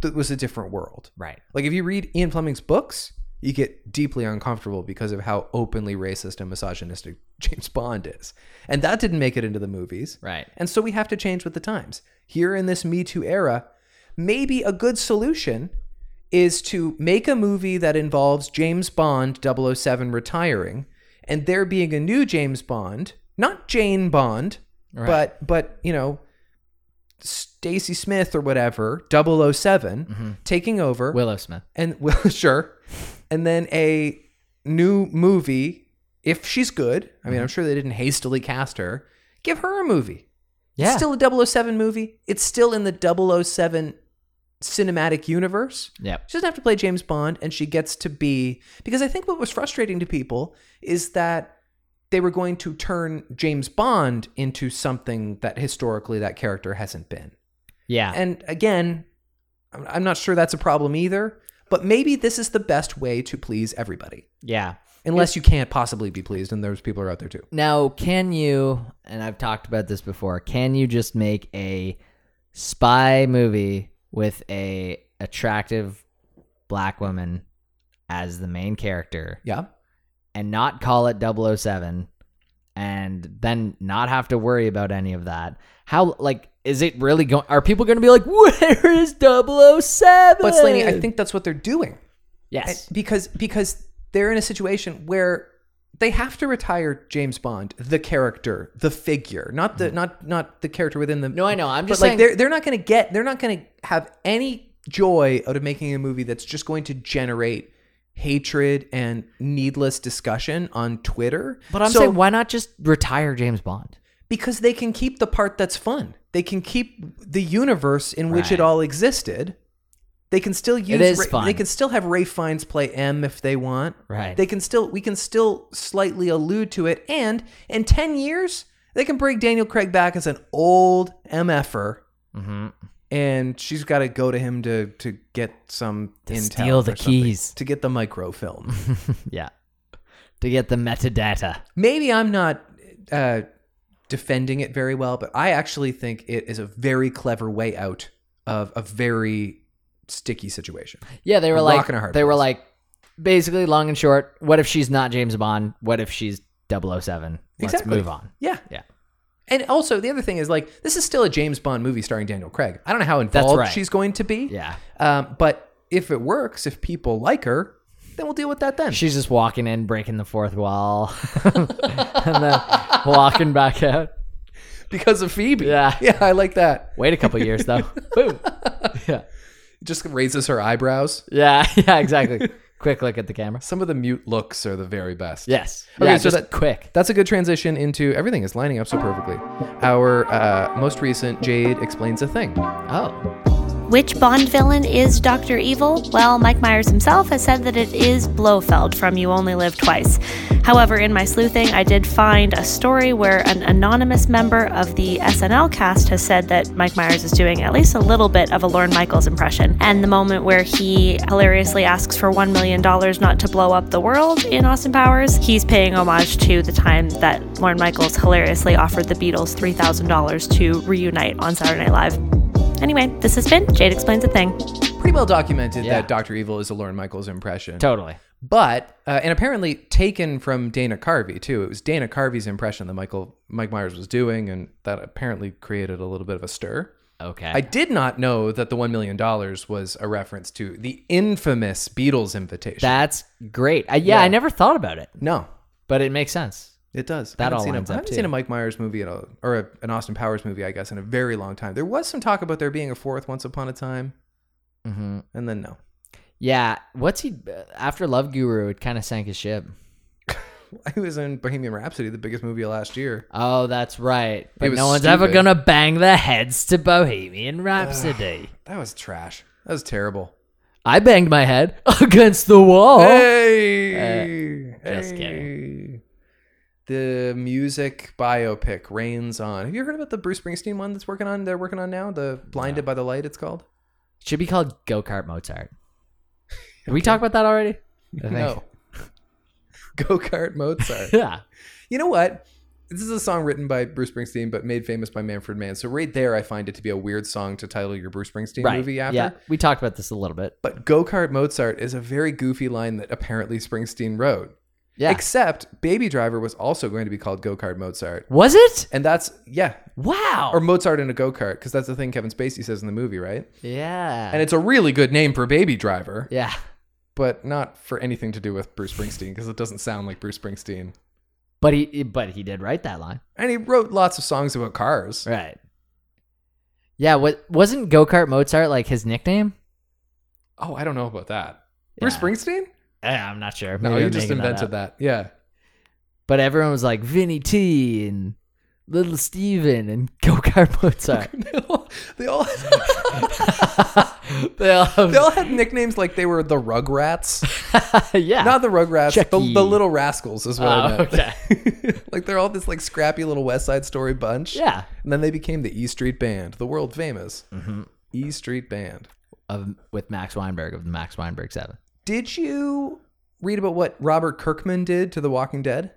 that was a different world
Right.
like if you read ian fleming's books you get deeply uncomfortable because of how openly racist and misogynistic james bond is and that didn't make it into the movies
Right.
and so we have to change with the times. Here in this Me Too era, maybe a good solution is to make a movie that involves James Bond 007 retiring and there being a new James Bond, not Jane Bond,
Right.
but but you know Stacy Smith or whatever, 7
Mm-hmm.
taking over
Willow Smith.
and well, sure, and then a new movie if she's good. I mean, I'm sure they didn't hastily cast her. Give her a movie.
Yeah.
It's still a 007 movie. It's still in the 007 cinematic universe.
Yep.
She doesn't have to play James Bond and she gets to be because I think what was frustrating to people is that they were going to turn James Bond into something that historically that character hasn't been.
Yeah.
And again, I'm- I'm not sure that's a problem either, but maybe this is the best way to please everybody.
yeah.
Unless you can't possibly be pleased and those people are out there too.
Now, can you, and I've talked about this before, can you just make a spy movie with a attractive black woman as the main character
Yeah.
and not call it 007 and then not have to worry about any of that? How like is it really going are people going to be like where is 007?
But Slaney, I think that's what they're doing.
yes.
because because they're in a situation where they have to retire James Bond, the character, the figure, not the not not the character within the.
Mm-hmm. no, I know. I'm
but
just
like
saying
they're they're not going to get they're not going to have any joy out of making a movie that's just going to generate hatred and needless discussion on Twitter.
But I'm
So-
saying why not just retire James Bond?
because they can keep the part that's fun. They can keep the universe in which
Right.
it all existed. They can still use.
is
Ray-
fun.
They can still have Ray Fiennes play M if they want.
Right.
They can still. We can still slightly allude to it, and in ten years they can bring Daniel Craig back as an old mf'er, Mm-hmm.
Mhm.
and she's got to go to him to to get some
To
intel
steal
or
the
something,
keys.
to get the microfilm.
yeah. To get the metadata.
maybe I'm not uh, defending it very well, but I actually think it is a very clever way out of a very sticky situation.
Yeah, they were
A
like
rock and a hard
they were
place.
like basically long and short, what if she's not James Bond? What if she's 007? Let's
Exactly.
move on.
Yeah.
Yeah.
And also, the other thing is like, this is still a James Bond movie starring Daniel Craig. I don't know how involved
right.
she's going to be.
Yeah.
Um, but if it works, if people like her, then we'll deal with that then.
She's just walking in, breaking the fourth wall, and then walking back out.
because of Phoebe.
Yeah.
Yeah, I like that.
Wait a couple years though. Boom. Yeah.
It just raises her eyebrows.
Yeah. Yeah, exactly. quick look at the camera.
Some of the mute looks are the very best.
Yes.
Okay,
yeah,
so
just
that-
quick.
That's a good transition into everything is lining up so perfectly. Our uh, most recent Jade explains a thing.
Oh.
Which Bond villain is Dr. Evil? Well, Mike Myers himself has said that it is Blofeld from You Only Live Twice. However, in my sleuthing, I did find a story where an anonymous member of the SNL cast has said that Mike Myers is doing at least a little bit of a Lorne Michaels impression. And the moment where he hilariously asks for $1 million not to blow up the world in Austin Powers, he's paying homage to the time that Lorne Michaels hilariously offered the Beatles $3,000 to reunite on Saturday Night Live. Anyway, this has been Jade Explains a Thing.
Pretty well documented
Yeah.
that Dr. Evil is a Lauren Michaels impression.
Totally.
But, uh, and apparently taken from Dana Carvey too. It was Dana Carvey's impression that Michael Mike Myers was doing, and that apparently created a little bit of a stir.
Okay.
I did not know that the $1 million was a reference to the infamous Beatles invitation.
That's great. I, yeah, I never thought about it,
no,
but it makes sense.
It does.
That
I haven't
all
seen
lines
a, I
up,
haven't
too.
seen a Mike Myers movie in a, or a, an Austin Powers movie, I guess, in a very long time. There was some talk about there being a fourth Once Upon a Time,
Mm-hmm.
and then no.
Yeah. What's he after Love Guru? It kind of sank his ship.
He was in Bohemian Rhapsody, the biggest movie of last year.
Oh, that's right. But
was
no one's ever
stupid.
gonna bang their heads to Bohemian Rhapsody.
That was trash. That was terrible.
I banged my head against the wall.
Hey,
Oh. Uh, just
Hey!
kidding.
The music biopic rains on. Have you heard about the Bruce Springsteen one that's working on? They're working on now. The Blinded by the Light. It's called.
Should be called Go Kart Mozart. Did we talk about that already? I think-
No. Go Kart Mozart.
Yeah.
You know what? This is a song written by Bruce Springsteen, but made famous by Manfred Mann. So right there, I find it to be a weird song to title your Bruce Springsteen
Right.
movie after.
Yeah. We talked about this a little bit.
But Go Kart Mozart is a very goofy line that apparently Springsteen wrote.
Yeah.
Except Baby Driver was also going to be called Go Kart Mozart.
was it?
And that's, yeah,
Wow.
or Mozart in a Go Kart, because that's the thing Kevin Spacey says in the movie, right?
yeah.
And it's a really good name for Baby Driver,
yeah.
but not for anything to do with Bruce Springsteen, because it doesn't sound like Bruce Springsteen.
But he but he did write that line.
And he wrote lots of songs about cars.
Right. Yeah, what wasn't Go Kart Mozart like his nickname?
Oh, I don't know about that. Bruce
Yeah.
Springsteen?
Eh, I'm not sure.
No,
Maybe
you
I'm
just
making
invented
up.
that, Yeah.
But everyone was like Vinny T and Little Steven and Go Kart Mozart.
they all, they all,
they all,
they all had nicknames like they were the Rugrats.
yeah.
Not the Rugrats, the,
Chucky.
the Little Rascals is what I
Oh,
meant.
okay.
like they're all this like scrappy little West Side Story bunch.
yeah.
And then they became the E Street Band, the world famous
Mm-hmm.
E Street Band.
Of with Max Weinberg of the Max Weinberg Seven.
Did you read about what Robert Kirkman did to The Walking Dead?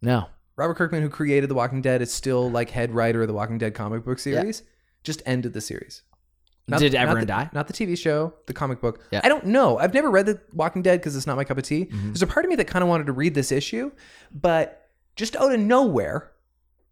No.
Robert Kirkman, who created The Walking Dead, is still like head writer of the Walking Dead comic book series. Just ended the series.
Did
not
everyone
the-
die?
Not the TV show, the comic book.
Yeah. Mm-hmm.
I don't know. I've never read The Walking Dead because it's not my cup of tea. There's a part of me that kind of wanted to read this issue, but just out of nowhere,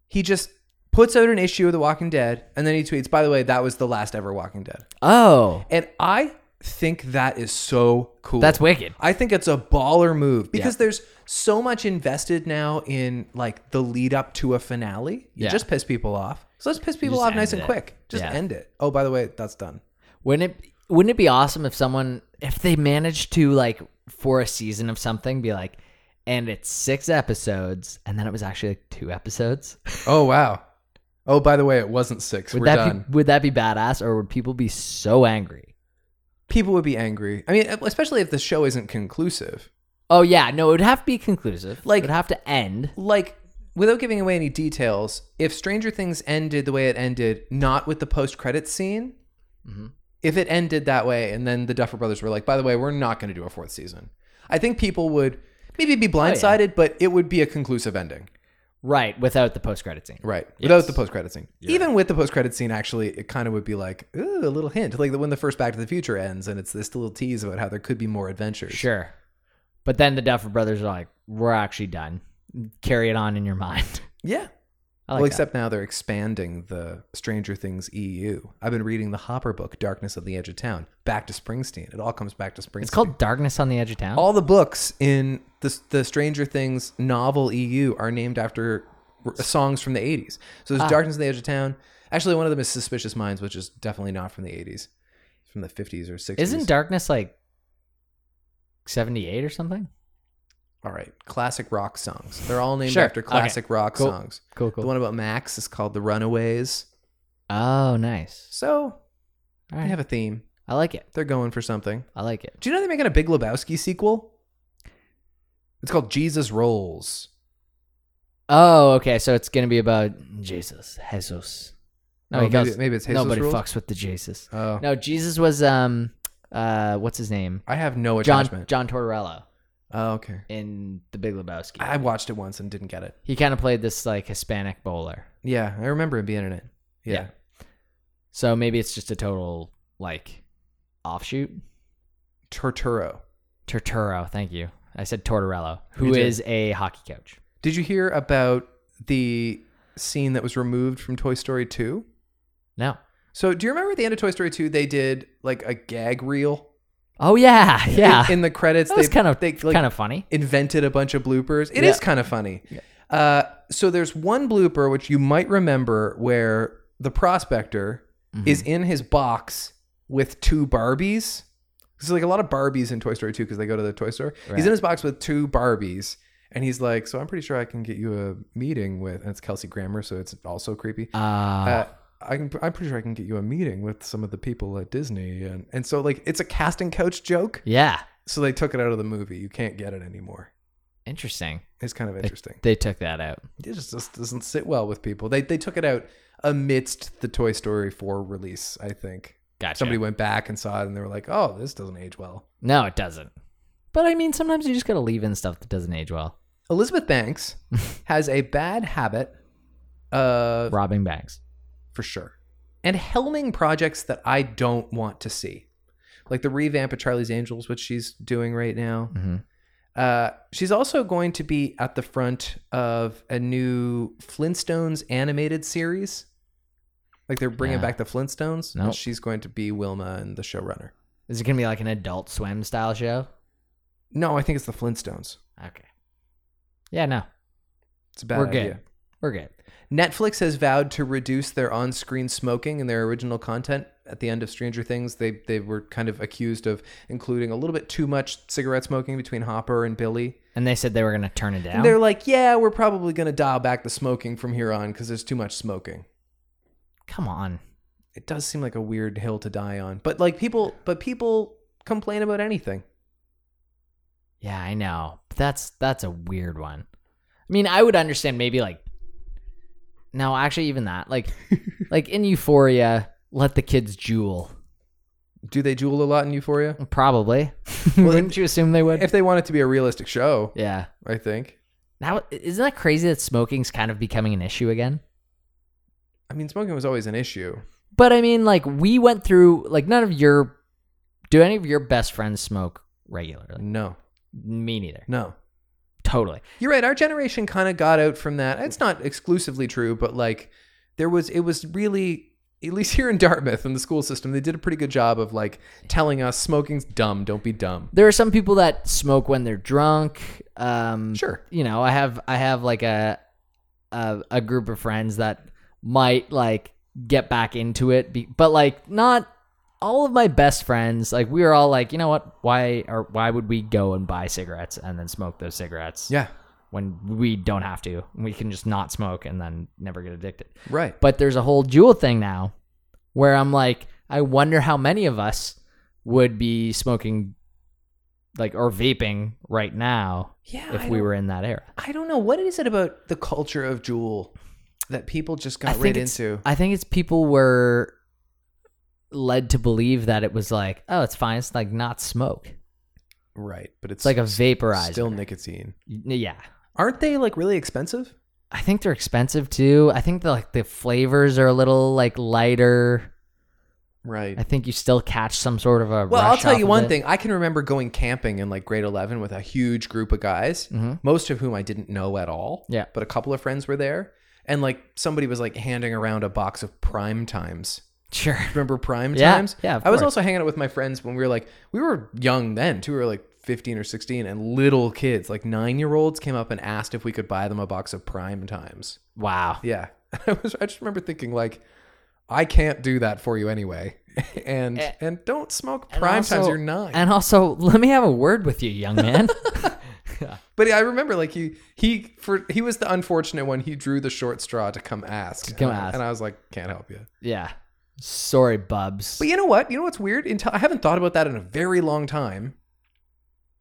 he just puts out an issue of The Walking Dead and then he tweets, by the way, that was the last ever Walking Dead.
Oh.
And I think that is so cool.
That's wicked.
I think it's a baller move because there's so much invested now in like the lead up to a finale. You
Yeah.
just piss people off. So let's piss people
just
off nice
end
and
it.
quick. Just
Yeah.
end it. Oh, by the way, that's done.
Wouldn't it wouldn't it be awesome if someone if they managed to like for a season of something be like and it's six episodes and then it was actually like two episodes?
Oh wow. Oh, by the way, it wasn't six.
Would
We're
that
done.
be would that be badass or would people be so angry?
people would be angry. I mean, especially if the show isn't conclusive.
Oh yeah, no, it would have to be conclusive.
Like-
it would have to end.
Like, without giving away any details, if Stranger Things ended the way it ended, not with the post credits scene, Mm-hmm. if it ended that way, and then the Duffer Brothers were like, by the way, we're not going to do a fourth season, I think people would maybe be blindsided, but it would be a conclusive ending.
Right, without the post credit scene.
Right.
Yes.
Without the post credit scene. Even with the post credit scene, actually, it kind of would be like, ooh, a little hint. Like when the first Back to the Future ends and it's this little tease about how there could be more adventures.
Sure. But then the Duffer brothers are like, We're actually done. Carry it on in your mind.
Yeah.
I like
well,
that.
except now they're expanding the Stranger Things EU. I've been reading the Hopper book, Darkness of the Edge of Town, back to Springsteen. It all comes back to Springsteen.
it's called Darkness on the Edge of Town.
All the books in the, the Stranger Things novel EU are named after r- songs from the 80s. So
Ah.
there's Darkness of the Edge of Town. Actually, one of them is Suspicious Minds, which is definitely not from the 80s. It's from the 50s or 60s.
Isn't Darkness like 78 or something?
All right. Classic rock songs. They're all named
Sure.
after classic
Okay.
rock
Cool.
songs.
Cool, cool.
The one about Max is called The Runaways.
oh, nice.
So
All
they
right.
have a theme.
I like it.
They're going for something.
I like it.
Do you know they're making a Big Lebowski sequel? It's called Jesus Rolls.
Oh, okay. So it's going to be about Jesus. Jesus. No,
Oh,
he
maybe-
goes,
maybe it's Jesus
Nobody
rules?
fucks with the Jesus.
Oh.
No, Jesus was, um, uh, what's his name?
I have no
John,
attachment.
John Tortorella
Oh, okay.
in The Big Lebowski.
I watched it once and didn't get it.
he kind of played this like Hispanic bowler.
Yeah, I remember him being in it. Yeah.
Yeah. So maybe it's just a total like offshoot.
Torturo.
Torturo, thank you. I said Tortorello, who
You did.
is a hockey coach.
Did you hear about the scene that was removed from Toy Story 2?
No.
So, do you remember at the end of Toy Story 2 they did like a gag reel?
Oh yeah, yeah.
In, in the credits,
that was
they-
kind of
they like,
kind of funny.
invented a bunch of bloopers. It is
Yeah.
kind of funny. Uh, so there's one blooper which you might remember where the prospector is in his box with two Barbies. There's like a lot of Barbies in Toy Story 2 because they go to the toy store. He's
Right.
in his box with two Barbies. And he's like, so I'm pretty sure I can get you a meeting with, and it's Kelsey Grammer, so it's also creepy.
Uh,
Uh, I can, I'm pretty sure I can get you a meeting with some of the people at Disney, and and so like it's a casting couch joke.
yeah.
So they took it out of the movie. You can't get it anymore.
Interesting.
It's kind of interesting.
They took that out.
It just, just doesn't sit well with people. They they took it out amidst the Toy Story 4 release, I think.
Gotcha.
Somebody went back and saw it and they were like, "Oh, this doesn't age well."
No, it doesn't. But I mean, sometimes you just gotta leave in stuff that doesn't age well.
Elizabeth Banks has a bad habit of
Robbing banks.
for sure. And helming projects that I don't want to see, like the revamp of Charlie's Angels, which she's doing right now.
Mhm.
Uh, she's also going to be at the front of a new Flintstones animated series. Like they're bringing
Yeah.
back the Flintstones. and
Nope.
She's going to be Wilma and the showrunner.
Is it gonna be like an adult swim style show?
No, I think it's the Flintstones.
Okay. Yeah, no.
It's a bad
We're good.
idea.
We're good.
Netflix has vowed to reduce their on-screen smoking in their original content. At the end of Stranger Things, they they were kind of accused of including a little bit too much cigarette smoking between Hopper and Billy.
And they said they were gonna turn it down.
And they're like, "Yeah, we're probably going to dial back the smoking from here on because there's too much smoking."
Come on.
It does seem like a weird hill to die on, but like people, but people complain about anything.
Yeah, I know. But that's that's a weird one. I mean, I would understand maybe like No, actually even that. Like like in Euphoria, let the kids jewel.
Do they jewel a lot in Euphoria?
Probably. Wouldn't you assume they would?
If they want it to be a realistic show,
yeah.
I think.
Now isn't that crazy that smoking's kind of becoming an issue again?
I mean, smoking was always an issue.
But I mean, like we went through like none of your do any of your best friends smoke regularly?
No,
Me neither.
no.
Totally.
You're right. Our generation kind of got out from that. It's not exclusively true, but like there was, it was really, at least here in Dartmouth in the school system, they did a pretty good job of like telling us smoking's dumb. Don't be dumb.
There are some people that smoke when they're drunk. Um,
Sure.
You know, I have I have like a a, a group of friends that might like get back into it, be, but like not all of my best friends. Like we were all like, you know what? Why or why would we go and buy cigarettes and then smoke those cigarettes?
Yeah.
When we don't have to, we can just not smoke and then never get addicted.
Right.
But there's a whole jewel thing now where I'm like, I wonder how many of us would be smoking like or vaping right now
Yeah.
if
I
we
don't-
were in that era.
I don't know. What is it about the culture of Jewel that people just got right
it's,
into?
I think it's people were led to believe that it was like, oh, it's fine, it's like not smoke.
right. But it's,
It's like a
s-
vaporizer.
Still nicotine.
yeah.
Aren't they like really expensive?
I think they're expensive too. I think the, like the flavors are a little like lighter.
Right.
I think you still catch some sort of a
Well, I'll
rush
tell
off
you
of
one
it.
thing. I can remember going camping in like grade 11 with a huge group of guys,
Mhm.
most of whom I didn't know at all.
Yeah.
But a couple of friends were there. And like somebody was like handing around a box of prime times.
Sure.
Remember prime
Yeah,
times?
yeah, of
I was
course.
also hanging out with my friends when we were like, we were young then too. We were like 15 or 16 and little kids, like nine year olds came up and asked if we could buy them a box of prime times.
Wow.
Yeah. I was, I just remember thinking like, I can't do that for you anyway. and,
Eh,
and don't smoke
And
prime times.
also-
You're nine.
And also, let me have a word with you, young man.
But I remember like he he for he was the unfortunate one. He drew the short straw to come ask.
come
and I-
ask.
And I was like, can't help you.
yeah. Sorry, Bubs.
But you know what? You know what's weird? Until I haven't thought about that in a very long time.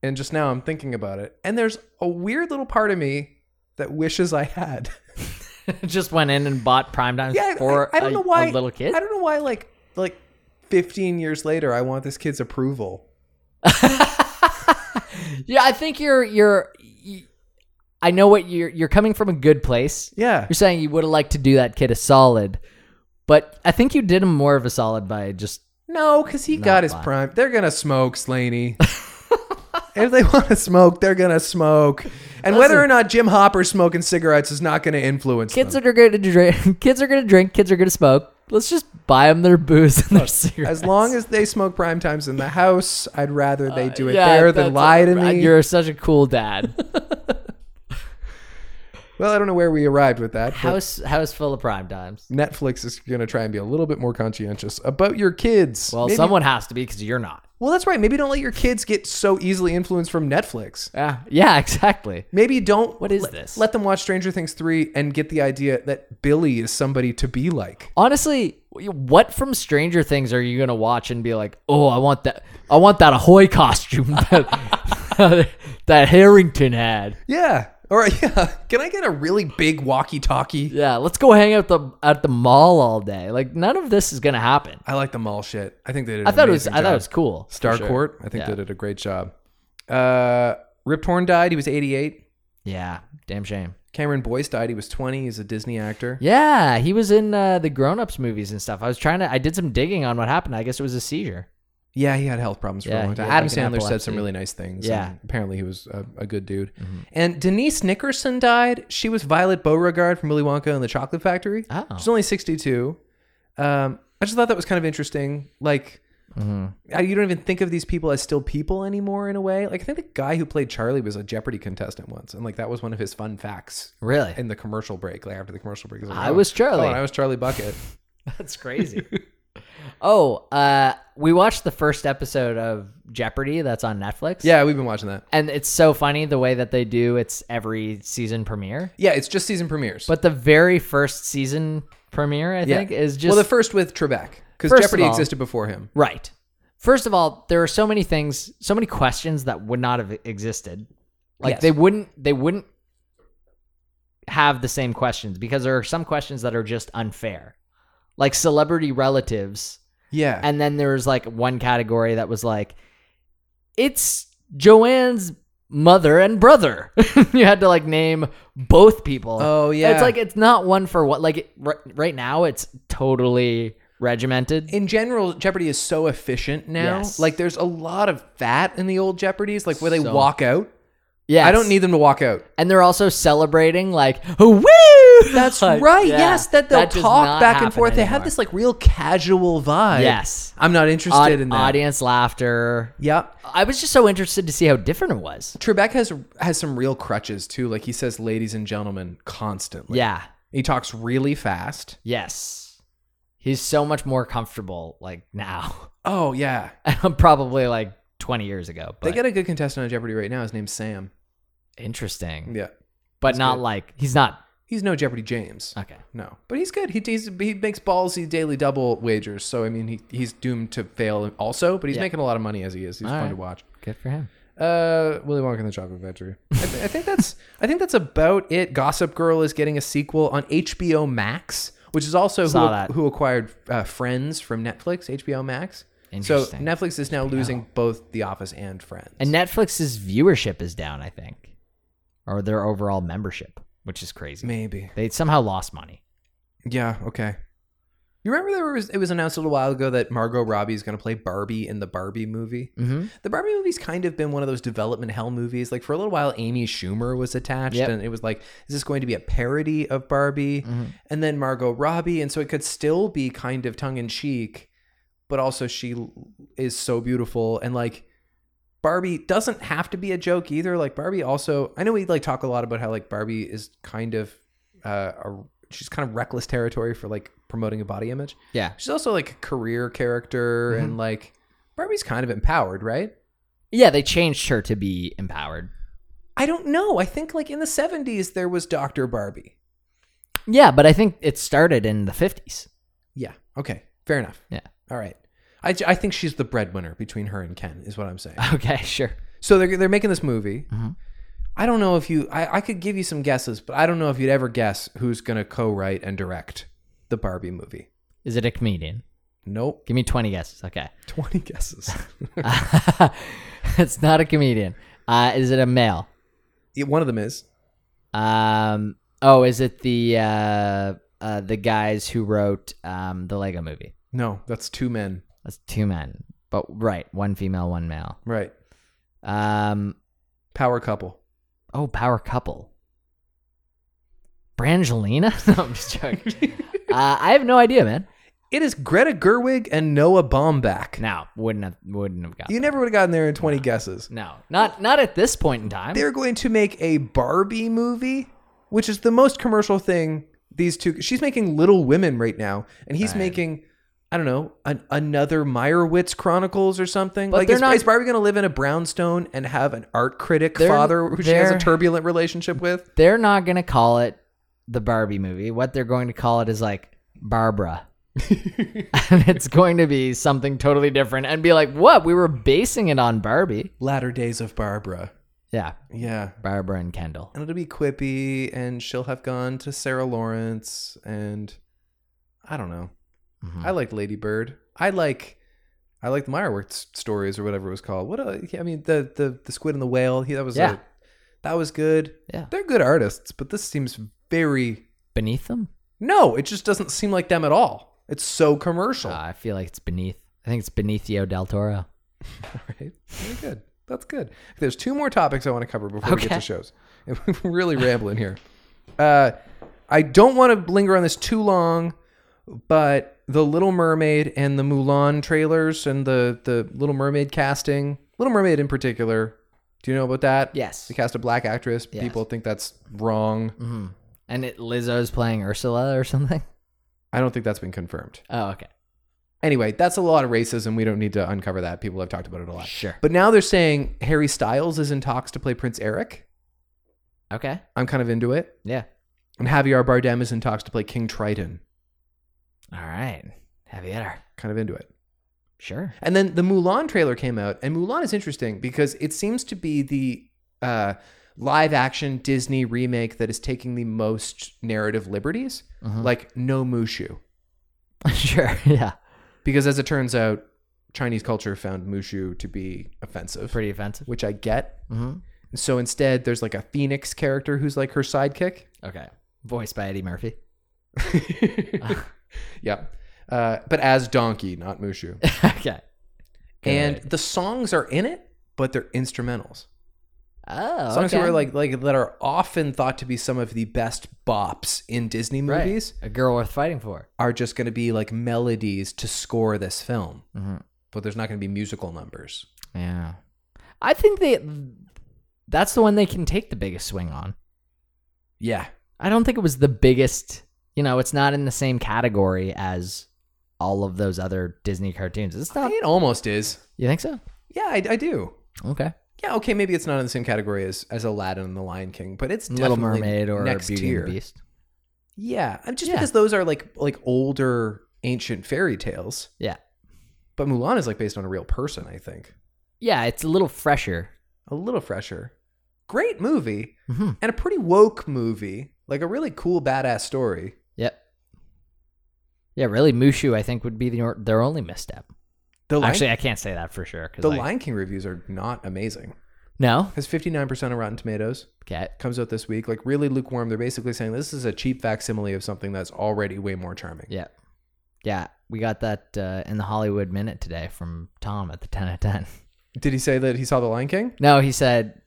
And just now I'm thinking about it. And there's a weird little part of me that wishes I had.
Just went in and bought prime time
yeah, I-
for
I, I don't
a,
know why
a little kid.
I don't know why like like 15 years later I want this kid's approval.
yeah, I think you're you're. You, I know what you're. You're coming from a good place.
Yeah.
You're saying you would have liked to do that kid a solid, but I think you did him more of a solid by just.
No, because he
Not
got his
fine.
prime. They're gonna smoke, Slaney. if they want to smoke, they're gonna smoke. And whether or not Jim Hopper's smoking cigarettes is not gonna influence
Kids
them.
are gonna drink. Kids are gonna drink. Kids are gonna smoke. Let's just buy them their booze and their cigarettes.
As long as they smoke prime times in the house, I'd rather they do it
Uh, Yeah,
there than
that's-
lie to me.
You're such a cool dad.
well, I don't know where we arrived with that. but
house house full of prime times.
Netflix is gonna try and be a little bit more conscientious about your kids.
Well,
Maybe-
someone has to be because you're not.
well, that's right. Maybe don't let your kids get so easily influenced from Netflix.
Yeah. Yeah. Exactly.
Maybe don't.
What is
let-
this?
Let them watch Stranger Things three and get the idea that Billy is somebody to be like.
Honestly, what from Stranger Things are you gonna watch and be like, oh, I want that, I want that Ahoy costume that, that Harrington had.
Yeah. All right. Yeah. Can I get a really big walkie-talkie?
Yeah. Let's go hang out the at the mall all day. Like none of this is gonna happen.
I like the mall shit. I think they did. An
I thought it was.
amazing
I thought it
job.
was cool.
Star
for sure.
Court. I think
Yeah.
they did a great job. Uh, Rip Torn died. He was 88.
Yeah, damn shame.
Cameron Boyce died. He was 20. He's a Disney actor.
Yeah, he was in uh, the Grown Ups movies and stuff. I was trying to. I did some digging on what happened. I guess it was a seizure.
Yeah, he had health problems for
Yeah,
a long
he
time.
had,
Adam
like, an
Sandler said some
epilepsy.
really nice things.
Yeah. Mm-hmm.
and apparently he was a, a good dude. And Denise Nickerson died. She was Violet Beauregard from Willy Wonka and the Chocolate Factory.
Oh.
She's only 62. Um, I just thought that was kind of interesting. Like,
Mm-hmm.
I, you don't even think of these people as still people anymore in a way. Like, I think the guy who played Charlie was a Jeopardy contestant once. And, like, that was one of his fun facts
Really?
in the commercial break, like after the commercial break. he's like,
I was Charlie."
Oh, and I was Charlie Bucket.
That's crazy. oh, uh, we watched the first episode of Jeopardy that's on Netflix.
yeah, we've been watching that.
And it's so funny the way that they do it's every season premiere.
Yeah, it's just season premieres.
But the very first season premiere, I think, is just
well, the first with Trebek because
First of
Jeopardy
all-
existed before him.
Right. First of all, there are so many things, so many questions that would not have existed. Like
Yes.
they wouldn't they wouldn't have the same questions because there are some questions that are just unfair. Like celebrity relatives
Yeah,
and then there was like one category that was like it's joanne's mother and brother you had to like name both people
Oh,
And
yeah.
it's like it's not one for what like it, right, right now it's totally regimented
in general, Jeopardy is so efficient now.
Yes.
Like, there's a lot of fat in the old Jeopardies, like where they
So-
walk out.
yeah
I don't need them to walk out.
and they're also celebrating like woo
That's
Like,
right.
yeah,
Yes, that they'll
does
talk
not
back and
happen
forth. They have
anymore.
this like real casual vibe.
Yes.
I'm not interested
Aud-
in that.
audience laughter
Yep.
i was just so interested to see how different it was
Trebek has has some real crutches too. Like he says, "Ladies and gentlemen," constantly.
yeah
He talks really fast.
yes he's so much more comfortable like now
Oh yeah.
probably like 20 years ago. But
They got a good contestant on Jeopardy right now. His name's Sam.
interesting,
Yeah.
but not like he's not
He's no Jeopardy James.
okay.
No, but he's good. He he's, he makes ballsy daily double wagers. So I mean, he he's doomed to fail also. But he's making a lot of money as he is. He's fun
right.
to watch.
Good for him.
Uh, Willy Wonka and the Chocolate Factory. I, th- I think that's I think that's about it. Gossip Girl is getting a sequel on HBO Max, which is also who,
Saw that.
who acquired uh, Friends from Netflix. HBO Max. So
Interesting.
Netflix is now losing both The Office and Friends.
And Netflix's viewership is down, I think, or their overall membership, which is crazy.
maybe
They somehow lost money.
Yeah. Okay. You remember there was it was announced a little while ago that Margot Robbie is going to play Barbie in the Barbie movie.
Mhm.
The Barbie movie's kind of been one of those development hell movies. Like for a little while, Amy Schumer was attached,
Yep.
and it was like, is this going to be a parody of Barbie? And then Margot Robbie, and so it could still be kind of tongue in cheek, but also she l- is so beautiful and like. Barbie doesn't have to be a joke either. Like Barbie also, I know we like talk a lot about how like Barbie is kind of uh, a, she's kind of reckless territory for like promoting a body image.
Yeah.
She's also like a career character and like Barbie's kind of empowered, right?
Yeah, they changed her to be empowered.
I don't know. I think like in the 70s there was Dr. Barbie.
Yeah, but I think it started in the 50s.
Yeah. Okay. Fair enough.
Yeah.
All right. I, I think she's the breadwinner between her and Ken is what I'm saying.
Okay, sure.
So they're they're making this movie.
Mhm.
I don't know if you. I, I could give you some guesses, but I don't know if you'd ever guess who's gonna co-write and direct the Barbie movie.
Is it a comedian?
Nope,
Give me 20 guesses. Okay.
twenty guesses.
it's not a comedian. Uh, is it a male?
Yeah, One of them is.
Um. Oh, is it the uh, uh the guys who wrote um the Lego Movie?
No, that's two men.
That's two men, but right, one female, one male.
Right,
Um.
power couple.
Oh, power couple. Brangelina? no, I'm just joking. uh, I have no idea, man.
It is Greta Gerwig and Noah Baumbach.
No, wouldn't have wouldn't have gotten.
You never would have gotten there in twenty guesses.
no, not not at this point in time.
They're going to make a Barbie movie, which is the most commercial thing these two. She's making Little Women right now, and he's making. I don't know an, another Meyerowitz Chronicles or something.
But
like,
they're
is,
not-
is Barbie going to live in a brownstone and have an art critic
They're-
father who she has a
they're-
turbulent relationship with?
They're not gonna call it the Barbie movie. What they're going to call it is like Barbara. and it's going to be something totally different and be like, what? We were basing it on Barbie.
Latter Days of Barbara.
Yeah.
Yeah,
Barbara and Kendall.
and it'll be quippy, and she'll have gone to Sarah
Mm-hmm.
Lawrence, and I don't know. I like Lady Bird. I like I like the Meyerowitz stories or whatever it was called. What a, I mean, the the the squid and the whale. He that was
Yeah.
a, that was good.
Yeah.
they're good artists, but this seems very
Beneath them?
no. It just doesn't seem like them at all. It's so commercial.
Uh, I feel like it's beneath. I think it's Benicio del Toro.
Right? Very good. That's good. There's two more topics I want to cover before we get
Okay.
to shows. We're really rambling here. Uh, I don't want to linger on this too long, but the Little Mermaid and the Mulan trailers and the the Little Mermaid casting, Little Mermaid in particular. Do you know about that?
Yes.
They cast a black actress.
Yes. Mm-hmm.
People think that's wrong.
And it, Lizzo's playing Ursula or something?
I don't think that's been confirmed.
Oh, okay.
Anyway, that's a lot of racism. We don't need to uncover that. People have talked about it a lot.
Sure.
But now they're saying Harry Styles is in talks to play Prince Eric.
Okay.
I'm kind of into it.
Yeah.
And Javier Bardem is in talks to play King Triton.
All right. Heavy hitter.
Kind of into it.
Sure.
And then the Mulan trailer came out, and Mulan is interesting because it seems to be the uh, live action Disney remake that is taking the most narrative liberties,
Hmm.
like no Mushu,
sure. Yeah.
because as it turns out, Chinese culture found Mushu to be offensive,
Pretty offensive.
which I get.
Mm-hmm.
So instead, there's like a phoenix character who's like her sidekick.
Okay. Voiced by Eddie Murphy.
yeah. Uh, but as Donkey, not Mushu.
okay.
and the songs are in it, but they're instrumentals.
Oh,
songs
okay.
that are like like that are often thought to be some of the best bops in Disney
Right.
movies
a girl worth fighting for.
are just going to be like melodies to score this film,
Mhm.
but there's not going to be musical numbers.
Yeah. I think they that's the one they can take the biggest swing on.
Yeah,
I don't think it was the biggest, you know, it's not in the same category as all of those other Disney cartoons. It's not.
it almost is.
You think so?
Yeah, I, I do.
Okay.
Yeah, okay, maybe it's not in the same category as as Aladdin and the Lion King, but it's
Little
definitely
Mermaid or
next
Beauty
tier.
and the Beast.
Yeah, I'm- just
Yeah.
because those are like like older ancient fairy tales,
Yeah.
but Mulan is like based on a real person, I think.
Yeah, it's a little fresher.
a little fresher. Great movie
Mhm.
and a pretty woke movie, like a really cool badass story.
Yep. Yeah, really Mushu I think would be the, their only misstep.
The Lion,
Actually, I can't say that for sure 'cause,
the
like-
Lion King reviews are not amazing.
No.
Has 59% on Rotten Tomatoes.
Okay.
Comes out this week, like really lukewarm. They're basically saying this is a cheap facsimile of something that's already way more charming.
Yeah. Yeah. We got that uh, in the Hollywood Minute today from Tom at the 10 at 10.
Did he say that he saw The Lion King?
No, he said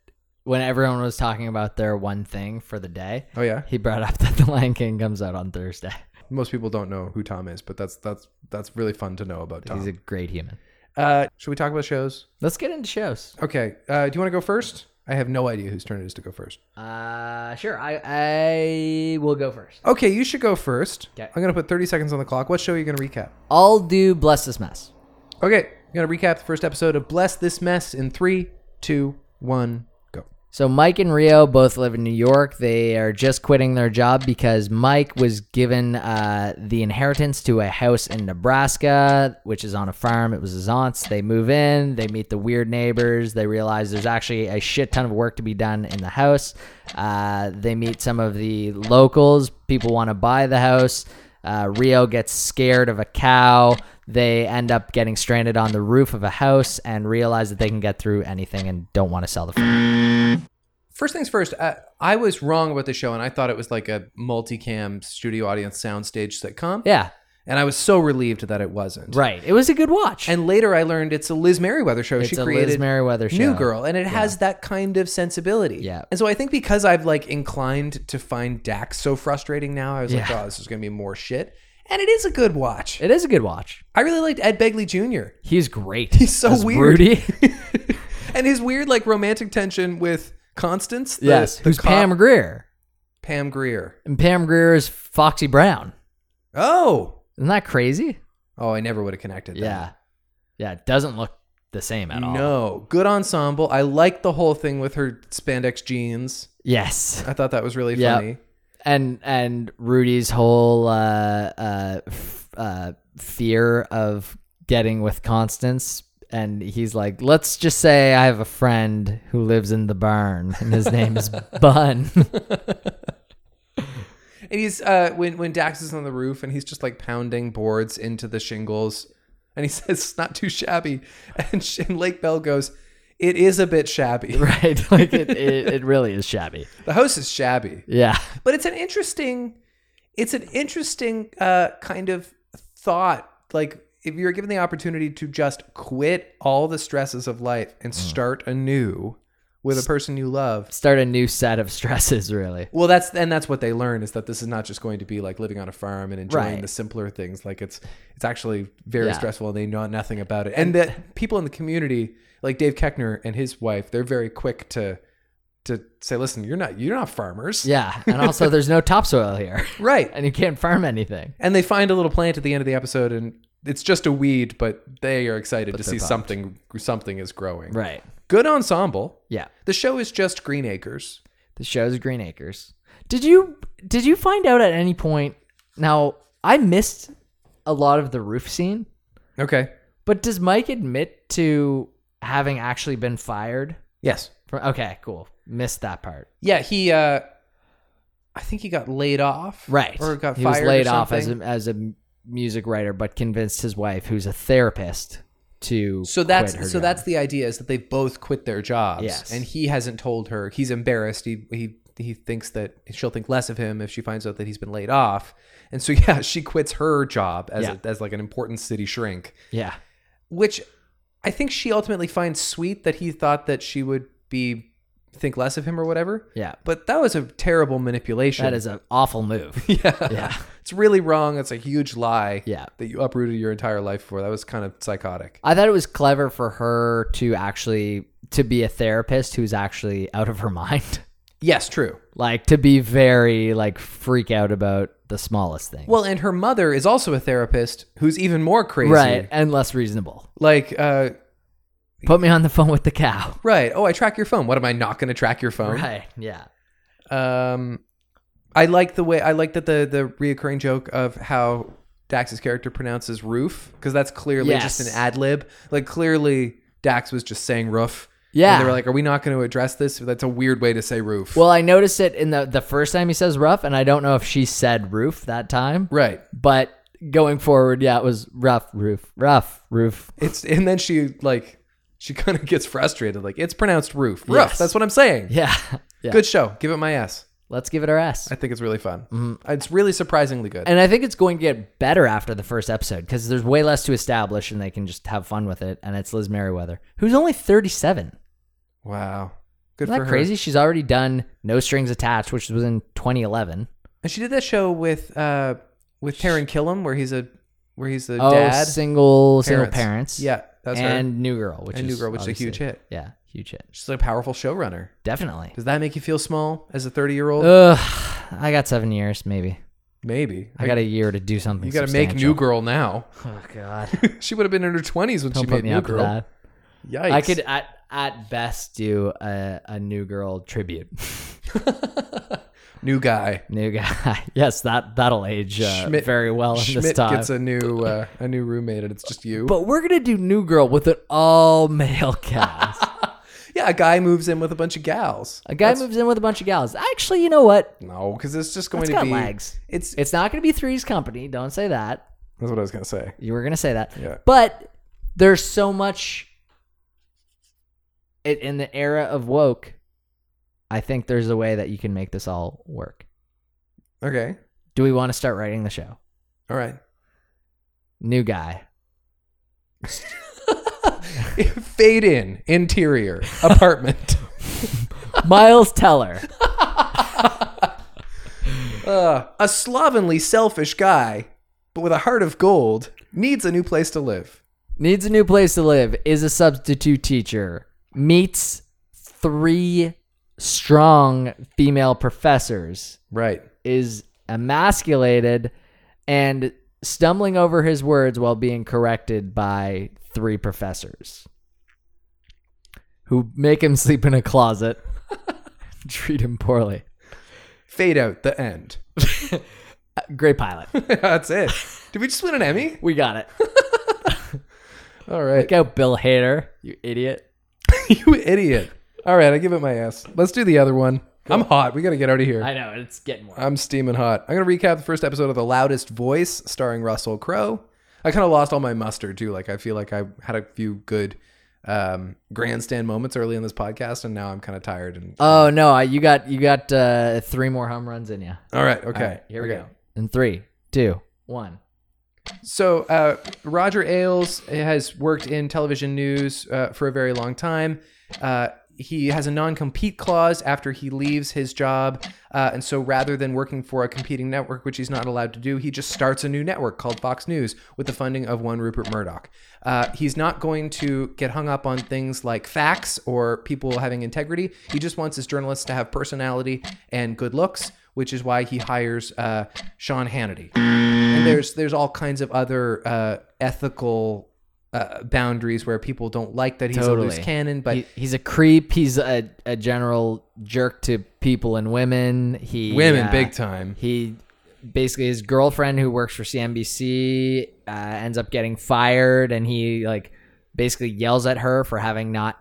when everyone was talking about their one thing for the day,
Oh yeah.
he brought up that The Lion King comes out on Thursday.
Most people don't know who Tom is, but that's that's that's really fun to know about
He's
Tom.
a great human.
uh, should we talk about shows?
Let's get into shows.
Okay. Uh, do you want to go first? I have no idea whose turn it is to go first.
Uh, sure. I I will go first.
Okay, you should go first.
Okay.
I'm gonna put 30 seconds on the clock. What show are you gonna recap?
I'll do bless this mess.
Okay, I'm gonna recap the first episode of Bless This Mess in three, two, one, go.
So Mike and Rio both live in New York. They are just quitting their job because Mike was given uh, the inheritance to a house in Nebraska, which is on a farm. It was his aunt's. They move in. They meet the weird neighbors. They realize there's actually a shit ton of work to be done in the house. Uh, they meet some of the locals. People want to buy the house. Uh, Rio gets scared of a cow. They end up getting stranded on the roof of a house and realize that they can get through anything and don't want to sell the farm.
First things first, uh, I was wrong about the show, and I thought it was like a multicam studio audience soundstage sitcom.
Yeah,
And I was so relieved that it wasn't.
right. It was a good watch.
And later I learned it's a Liz Merriweather show.
it's
she
a
created
Liz Merriweather show.
New Girl, and it has that kind of sensibility.
Yeah.
And so I think because I've like inclined to find Dax so frustrating now, I was like,
Yeah.
oh, this is gonna be more shit. And it is a good watch.
It is a good watch.
I really liked Ed Begley Jr.
He's great.
He's so
As
weird.
Rudy.
and his weird like romantic tension with Constance. the-
yes.
the
Who's
cop-
Pam Greer?
Pam Greer.
And Pam Greer is Foxy Brown.
Oh,
Isn't that crazy?
oh, I never would have connected. That.
Yeah. Yeah. It doesn't look the same at all.
No, good ensemble. I liked the whole thing with her spandex jeans.
Yes.
I thought that was really
Yeah.
funny.
And and Rudy's whole uh, uh, f- uh, fear of getting with Constance. And he's like, let's just say I have a friend who lives in the barn, and his name is Bun.
And he's uh, when when Dax is on the roof and he's just like pounding boards into the shingles, And he says, it's not too shabby. And, sh- and Lake Bell goes, it is a bit shabby.
right? Like it, it, it really is shabby.
The house is shabby.
Yeah.
But it's an interesting, it's an interesting uh, kind of thought. Like if you're given the opportunity to just quit all the stresses of life
Mm.
and start anew with a person you love.
Start a new set of stresses, really.
Well, that's and that's what they learn is that this is not just going to be like living on a farm and enjoying
Right.
the simpler things. Like it's it's actually very
Yeah.
stressful, and they know nothing about it. And that people in the community, like Dave Keckner and his wife, they're very quick to to say, "Listen, you're not you're not farmers,
Yeah. And also, there's no topsoil here,
right?"
and you can't farm anything.
And they find a little plant at the end of the episode, and it's just a weed, but they are excited to see something something is growing.
Right.
Good ensemble.
Yeah.
The show is just Green Acres.
The show's Green Acres. Did you did you find out at any point? Now I missed a lot of the roof scene,
Okay.
but does Mike admit to having actually been fired?
Yes.
From okay, cool. Missed that part.
Yeah, he. uh I think he got laid off,
Right.
Or got
he
fired.
was laid
or
off as
something.
a, as a music writer, but convinced his wife, who's a therapist, to
So
quit her
that's so
job.
that's the idea is that they both quit their jobs,
Yes.
and he hasn't told her. He's embarrassed. He he he thinks that she'll think less of him if she finds out that he's been laid off, and so yeah, she quits her job as
Yeah.
a, as like an important city shrink,
yeah
which I think she ultimately finds sweet that he thought that she would be think less of him or whatever.
yeah.
But that was a terrible manipulation.
That is an awful move.
yeah.
Yeah.
It's really wrong. It's a huge lie.
Yeah.
That you uprooted your entire life for. That was kind of psychotic.
I thought it was clever for her to actually to be a therapist who's actually out of her mind.
Yes, true.
like to be very like freak out about the smallest thing
Well, and her mother is also a therapist who's even more crazy.
right and less reasonable
Like, uh,
put me on the phone with the cow
right. Oh, I track your phone. What am I not going to track your phone?
right yeah
Um, I like the way I like that the the reoccurring joke of how Dax's character pronounces roof because that's clearly just an
Yes.
ad lib. Like clearly Dax was just saying roof.
Yeah.
And they were like, "Are we not going to address this? That's a weird way to say roof."
well i noticed it in the the first time he says rough and i don't know if she said roof that time
right.
but going forward yeah it was rough roof rough roof
It's and then she like she kind of gets frustrated. Like it's pronounced roof. Roof.
Yes.
That's what I'm saying.
yeah yeah
Good show. Give it my ass.
let's give it our s
I think it's really fun. It's really surprisingly good.
Mm-hmm. and i think it's going to get better after the first episode because there's way less to establish and they can just have fun with it and it's liz merriweather who's only 37
wow. Good
Isn't
for
that
her.
crazy? She's already done No Strings Attached, which was in 2011.
And she did that show with uh with Taron Killam where he's a where he's a
oh,
dad.
single single parents.
Yeah, that's
and
her.
New Girl, which
And
is
New Girl, which is a huge
obviously-
hit.
Yeah, huge hit.
She's a powerful showrunner.
Definitely.
Does that make you feel small as a thirty year old?
Ugh, I got seven years, maybe.
Maybe.
I got a year to do something.
you gotta make New
substantial.
Girl now.
Oh God,
she would have been in her twenties when
don't
she
put
made
me
New
up for
Girl.
that.
Yikes.
I could at at best do a, a New Girl tribute.
new guy.
new guy. yes, that that'll age uh,
Schmidt-
very well in this
Schmidt
time.
gets a new uh, a new roommate and it's just you.
but we're gonna do New Girl with an all male cast.
yeah, a guy moves in with a bunch of gals.
A guy moves in with a bunch of gals. Actually, you know what?
No, because it's just going
It's
to
got
be
legs.
It's
It's not going to be Three's Company. Don't say that.
that's what I was gonna say.
You were going to say that.
Yeah.
But there's so much it, in the era of woke. I think there's a way that you can make this all work.
Okay,
Do we want to start writing the show?
all right.
New guy.
Fade in interior apartment.
Miles Teller.
Uh, a slovenly, selfish guy, but with a heart of gold, needs a new place to live.
Needs a new place to live. Is a substitute teacher. Meets three strong female professors.
Right.
is emasculated and stumbling over his words while being corrected by three professors who make him sleep in a closet, treat him poorly.
Fade out the end.
Great pilot.
that's it. Did we just win an Emmy?
We got it.
All right.
Go, Bill Hader, you idiot.
you idiot. All right, I give it my ass. Let's do the other one. I'm hot. We got to get out of here.
I know, it's getting more.
I'm steaming hot. I'm going to recap the first episode of The Loudest Voice, starring Russell Crowe. I kind of lost all my muster too. Like I feel like I had a few good um, grandstand moments early in this podcast, and now I'm kind of tired. And
Oh no, I- you got you got uh, three more home runs in you.
all right, okay,
All right, here we
Okay.
go. In three, two, one.
So uh, Roger Ailes has worked in television news uh, for a very long time. Uh, he has a non-compete clause after he leaves his job, uh, and so rather than working for a competing network, which he's not allowed to do, he just starts a new network called Fox News with the funding of one Rupert Murdoch. Uh, he's not going to get hung up on things like facts or people having integrity. He just wants his journalists to have personality and good looks, which is why he hires uh, Sean Hannity
Mm-hmm.
and there's there's all kinds of other uh, ethical uh, boundaries where people don't like that he's a loose
Totally.
cannon, but
He- he's a creep. He's a, a general jerk to people and women. He
women
uh,
big time.
He basically his girlfriend who works for CNBC uh, ends up getting fired, and he like basically yells at her for having not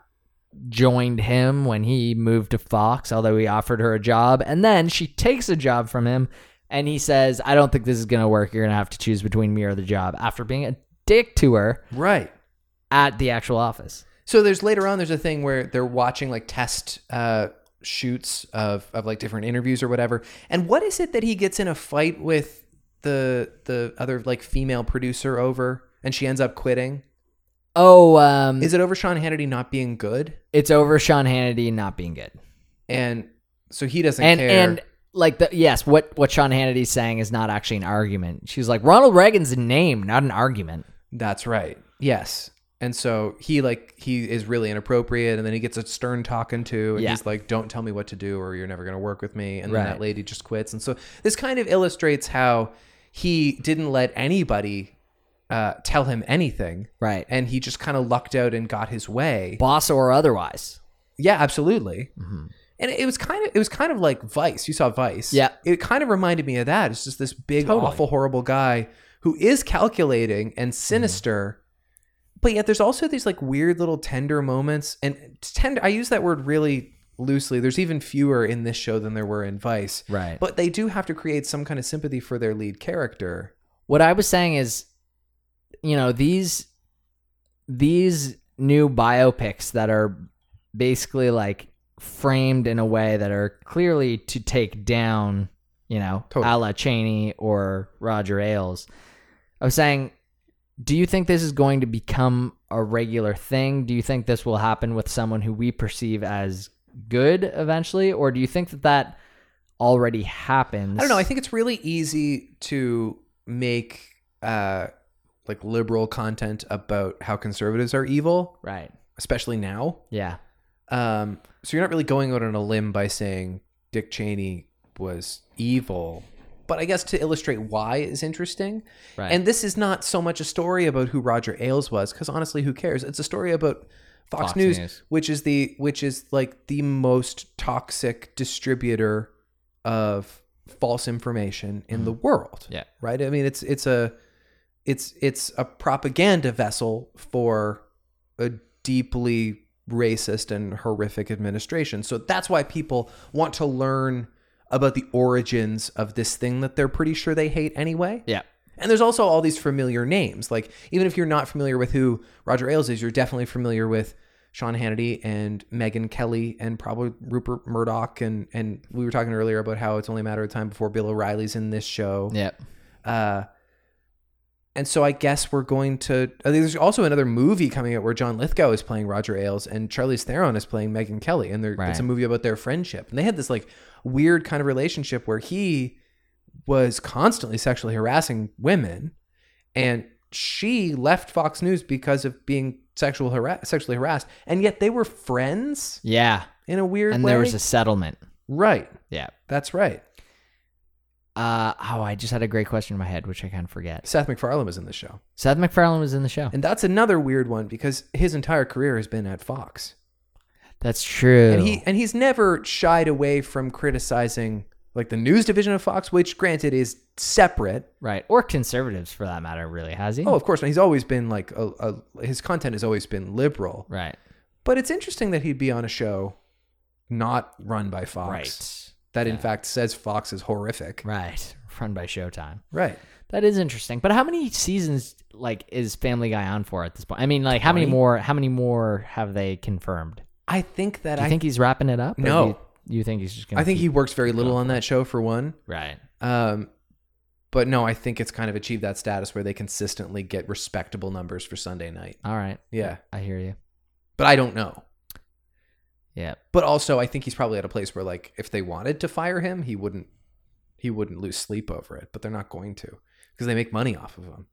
joined him when he moved to Fox, although he offered her a job, and then she takes a job from him, and he says, "I don't think this is gonna work. You're gonna have to choose between me or the job." After being a dick to her
Right.
at the actual office.
So there's later on there's a thing where they're watching like test uh, shoots of of like different interviews or whatever. And what is it that he gets in a fight with the the other like female producer over, and she ends up quitting?
Oh, um,
Is it over Sean Hannity not being good?
it's over Sean Hannity not being good.
And so he doesn't
and
care.
and like the yes, what what Sean Hannity's saying is not actually an argument. She's like Ronald Reagan's a name, not an argument.
That's right. Yes. And so he like he is really inappropriate, and then he gets a stern talking to, and
Yeah.
he's like, "Don't tell me what to do, or you're never going to work with me." And then
Right.
that lady just quits, and so this kind of illustrates how he didn't let anybody uh, tell him anything,
Right.
and he just kind of lucked out and got his way.
Boss or otherwise.
Yeah, absolutely.
Mm-hmm.
And it was kind of it was kind of like Vice. You saw Vice.
Yeah.
It kind of reminded me of that. It's just this big,
Totally. Mm-hmm.
awful, horrible guy who is calculating and sinister, but yet there's also these like weird little tender moments. And tender, I use that word really loosely. There's even fewer in this show than there were in Vice.
Right.
But they do have to create some kind of sympathy for their lead character.
what I was saying is, you know, these these new biopics that are basically like framed in a way that are clearly to take down, you know,
Totally.
a la Cheney or Roger Ailes. I was saying, do you think this is going to become a regular thing? Do you think this will happen with someone who we perceive as good eventually, or do you think that that already happens?
I don't know. I think it's really easy to make uh, like liberal content about how conservatives are evil,
right.
especially now.
Yeah.
Um, so you're not really going out on a limb by saying Dick Cheney was evil. But I guess to illustrate why is interesting.
Right.
And this is not so much a story about who Roger Ailes was, because honestly, who cares? It's a story about Fox,
Fox
News,
News.
which is the which is like the most toxic distributor of false information in the world.
Yeah.
Right? I mean, it's it's a it's it's a propaganda vessel for a deeply racist and horrific administration. So that's why people want to learn about the origins of this thing that they're pretty sure they hate anyway.
Yeah.
And there's also all these familiar names. Like even if you're not familiar with who Roger Ailes is, you're definitely familiar with Sean Hannity and Megan Kelly and probably Rupert Murdoch and and we were talking earlier about how it's only a matter of time before Bill O'Reilly's in this show.
Yeah.
Uh, and so I guess we're going to. uh, There's also another movie coming out where John Lithgow is playing Roger Ailes and Charlize Theron is playing Megan Kelly, and they're, it's a
Right.
movie about their friendship. And they had this like weird kind of relationship where he was constantly sexually harassing women, and she left Fox News because of being sexual harass sexually harassed, and yet they were friends
Yeah.
in a weird
and
way.
there was a settlement.
right.
Yeah.
That's right.
Uh, oh, I just had a great question in my head, which I kind of forget.
Seth MacFarlane was in the show.
Seth MacFarlane was in the show.
And that's another weird one because his entire career has been at Fox.
That's true.
And he and he's never shied away from criticizing like the news division of Fox, which granted is separate.
right. Or conservatives, for that matter, really, has he?
Oh, of course, and he's always been like a, a, his content has always been liberal.
right.
But it's interesting that he'd be on a show not run by Fox
Right.
that in fact says Fox is horrific.
Right. Run by Showtime.
Right.
That is interesting. But how many seasons like is Family Guy on for at this point? I mean, like how many more? How many more have they confirmed?
I think that
Do you
I
think he's wrapping it up? or
No.
do you, you think he's just gonna?
I think he
keep-
works very little on that show for one.
right.
Um, but no, I think it's kind of achieved that status where they consistently get respectable numbers for Sunday night.
All right.
Yeah.
I hear you.
But I don't know.
Yeah.
But also, I think he's probably at a place where, like, if they wanted to fire him, he wouldn't. He wouldn't lose sleep over it. But they're not going to because they make money off of him.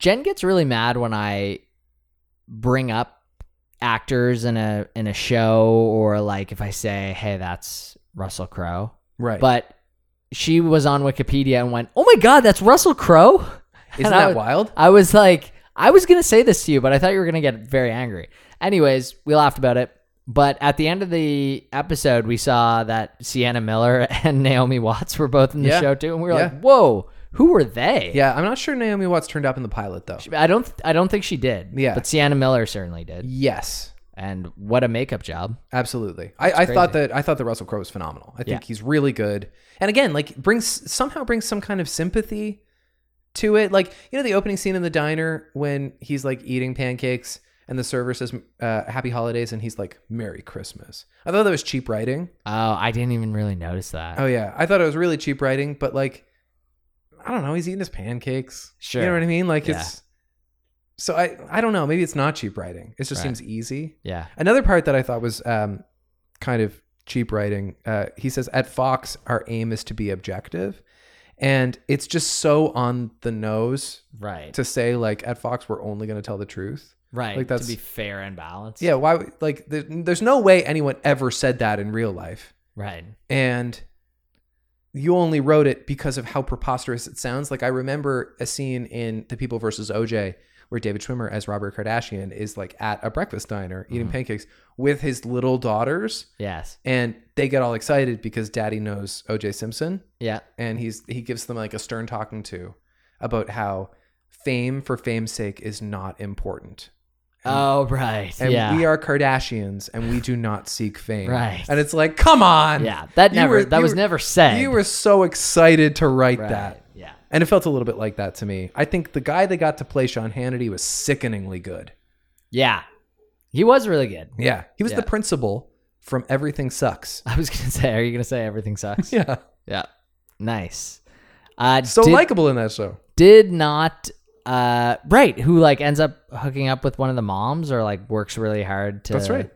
Jen gets really mad when I bring up actors in a in a show or like if I say, "Hey, that's Russell Crowe."
Right.
But she was on Wikipedia and went, "Oh my god, that's Russell Crowe?" And
isn't
I
that
was-
wild?
I was like, I was gonna say this to you, but I thought you were gonna get very angry. Anyways, we laughed about it. But at the end of the episode, we saw that Sienna Miller and Naomi Watts were both in the
Yeah.
show too, and we were
Yeah.
like, "Whoa, who were they?"
Yeah, I'm not sure Naomi Watts turned up in the pilot though.
I don't, I don't think she did.
Yeah.
but Sienna Miller certainly did.
Yes,
And what a makeup job!
absolutely. I, I thought that I thought that Russell Crowe was phenomenal. I think
Yeah.
he's really good. And again, like brings somehow brings some kind of sympathy to it. Like you know the opening scene in the diner when he's like eating pancakes and the server says uh, "Happy Holidays" and he's like "Merry Christmas." I thought that was cheap writing.
Oh, I didn't even really notice that.
Oh yeah, I thought it was really cheap writing, but like, I don't know. He's eating his pancakes.
Sure.
you know what I mean. Like
Yeah.
it's so I I don't know. Maybe it's not cheap writing. It just
Right.
seems easy.
Yeah,
Another part that I thought was um, kind of cheap writing. Uh, he says at Fox, our aim is to be objective, and it's just so on the nose
right,
to say like at Fox we're only going to tell the truth.
right.
like, that's-
to be fair and balanced.
Yeah, why? would- Like there, there's no way anyone ever said that in real life.
right.
and you only wrote it because of how preposterous it sounds. Like I remember a scene in The People versus OJ where David Schwimmer as Robert Kardashian is like at a breakfast diner eating
Mhm.
pancakes with his little daughters
Yes.
and they get all excited because daddy knows OJ Simpson
Yeah.
and he's he gives them like a stern talking to about how fame for fame's sake is not important.
Oh, right.
And
yeah.
we are Kardashians and we do not seek fame.
Right.
And it's like, come on.
yeah. That
You
never.
were-
that
you
was
were-
never said.
You were so excited to write
Right,
that.
Yeah.
And it felt a little bit like that to me. I think the guy that got to play Sean Hannity was sickeningly good.
Yeah. He was really good.
Yeah. He was
Yeah.
the principal from Everything Sucks.
I was gonna say, are you gonna say everything sucks?
Yeah.
Yeah. Nice. Uh,
So
did,
likable in that show.
did not uh right who like ends up hooking up with one of the moms or like works really hard to
That's right.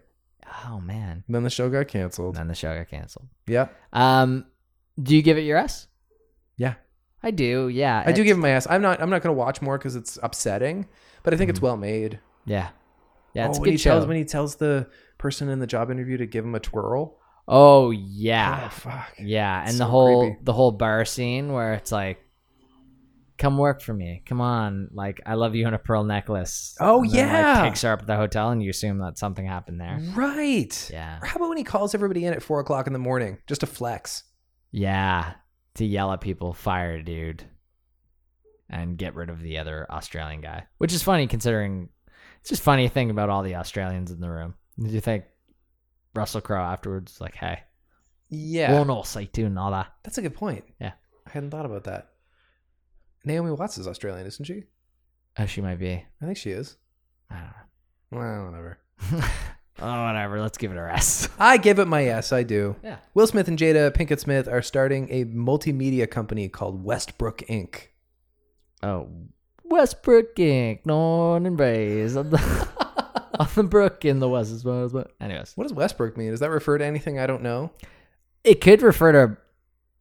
Oh man.
And then the show got canceled.
And then the show got canceled.
Yeah.
Um, do you give it your S?
Yeah.
I do. Yeah.
I do
It's-
give him my ass. I'm not I'm not gonna watch more because it's upsetting, but I think it's well made.
Yeah. Yeah.
Mm-hmm. oh,
It's a
when
good
he
show.
tells when he tells the person in the job interview to give him a twirl.
oh yeah.
Oh fuck.
Yeah, and
It's
the
so
whole
creepy.
the whole bar scene where it's like, "Come work for me, come on!" Like I love you in a pearl necklace.
Oh,
And then, like,
yeah. Mm-hmm.
takes her up to the hotel, and you assume that something happened there.
Right.
Yeah,
Or How about when he calls everybody in at four o'clock in the morning just to flex?
yeah, to yell at people, fire a dude, and get rid of the other Australian guy, which is funny considering it's just funny thing about all the Australians in the room. Did you think Russell Crowe afterwards, like, "Hey,
Yeah.
yeah. no, say too, and all that."
That's a good point.
Yeah.
I hadn't thought about that. Naomi Watts is Australian, isn't she?
Oh, she might be.
I think she is.
I don't know.
Well, whatever.
oh, whatever. Let's give it a rest.
I give it my yes, I do.
Yeah.
Will Smith and Jada Pinkett Smith are starting a multimedia company called Westbrook Inc.
Oh, Westbrook Inc. Born and raised on the on the brook in the West as well. As well. Anyways,
What does Westbrook mean? Does that refer to anything I don't know?
it could refer to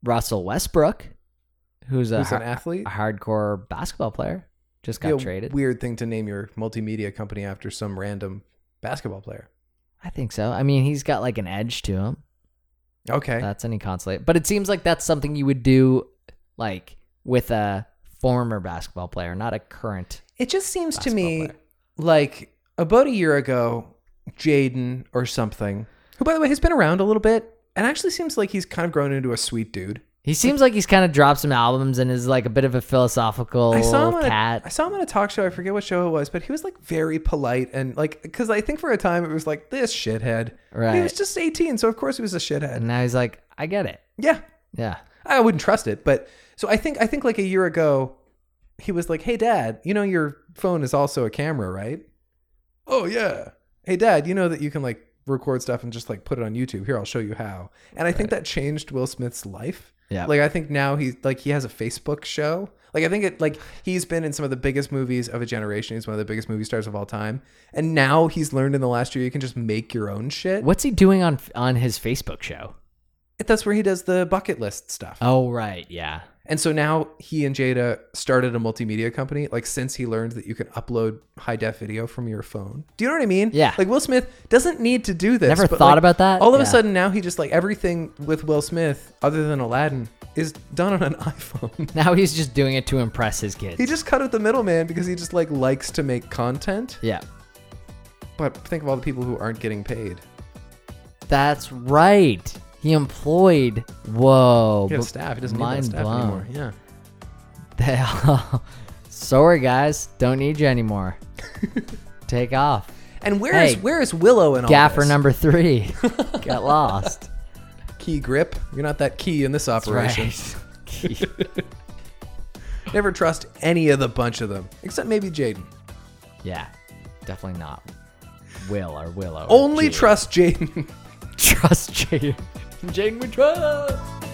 Russell Westbrook, who's a,
Who's an
har-
athlete?
a hardcore basketball player, just got
Yeah,
traded.
Weird thing to name your multimedia company after some random basketball player.
I think so. I mean, he's got like an edge to him.
Okay.
That's any consolation. But it seems like that's something you would do, like with a former basketball player, not a current.
It just seems to
basketball
me
player.
like about a year ago, Jaden or something, who by the way has been around a little bit, and actually seems like he's kind of grown into a sweet dude.
He seems like he's kind of dropped some albums and is like a bit of a philosophical
I saw him on
cat.
A, I saw him on a talk show. I forget what show it was, but he was like very polite and like because I think for a time it was like this shithead. But He
Right.
was just eighteen, so of course he was a shithead.
And now he's like, I get it.
Yeah.
Yeah.
I wouldn't trust it, but so I think I think like a year ago, he was like, "Hey, Dad, you know your phone is also a camera, right?" Oh yeah. Hey, Dad, you know that you can like record stuff and just like put it on YouTube. Here, I'll show you how. And I think that changed Will Smith's life.
Yeah.
Like I think now he's like he has a Facebook show. Like I think it like he's been in some of the biggest movies of a generation. He's one of the biggest movie stars of all time. And now he's learned in the last year you can just make your own shit.
What's he doing on on his Facebook show?
That's where he does the bucket list stuff.
Oh right, yeah.
And so now he and Jada started a multimedia company, like since he learned that you can upload high def video from your phone. Do you know what I mean?
Yeah.
Like Will Smith doesn't need to do this.
Never
but,
thought
like,
about that.
All of
Yeah.
a sudden now he just like everything with Will Smith, other than Aladdin, is done on an iPhone.
Now he's just doing it to impress his kids.
he just cut out the middleman because he just like likes to make content.
yeah.
But think of all the people who aren't getting paid.
That's right. He employed. Whoa.
He
but
has staff. He doesn't need that
mind
staff
blown.
anymore. Yeah.
Sorry, guys. Don't need you anymore. Take off.
And where is
Hey,
where is Willow in all
Gaffer
this?
number three. Got lost.
key grip? You're not that key in this operation.
Right.
Never trust any of the bunch of them, except maybe Jaden.
yeah. Definitely not. Will or Willow. or
Only
Jade.
trust Jaden.
Trust Jade. Jade we trust.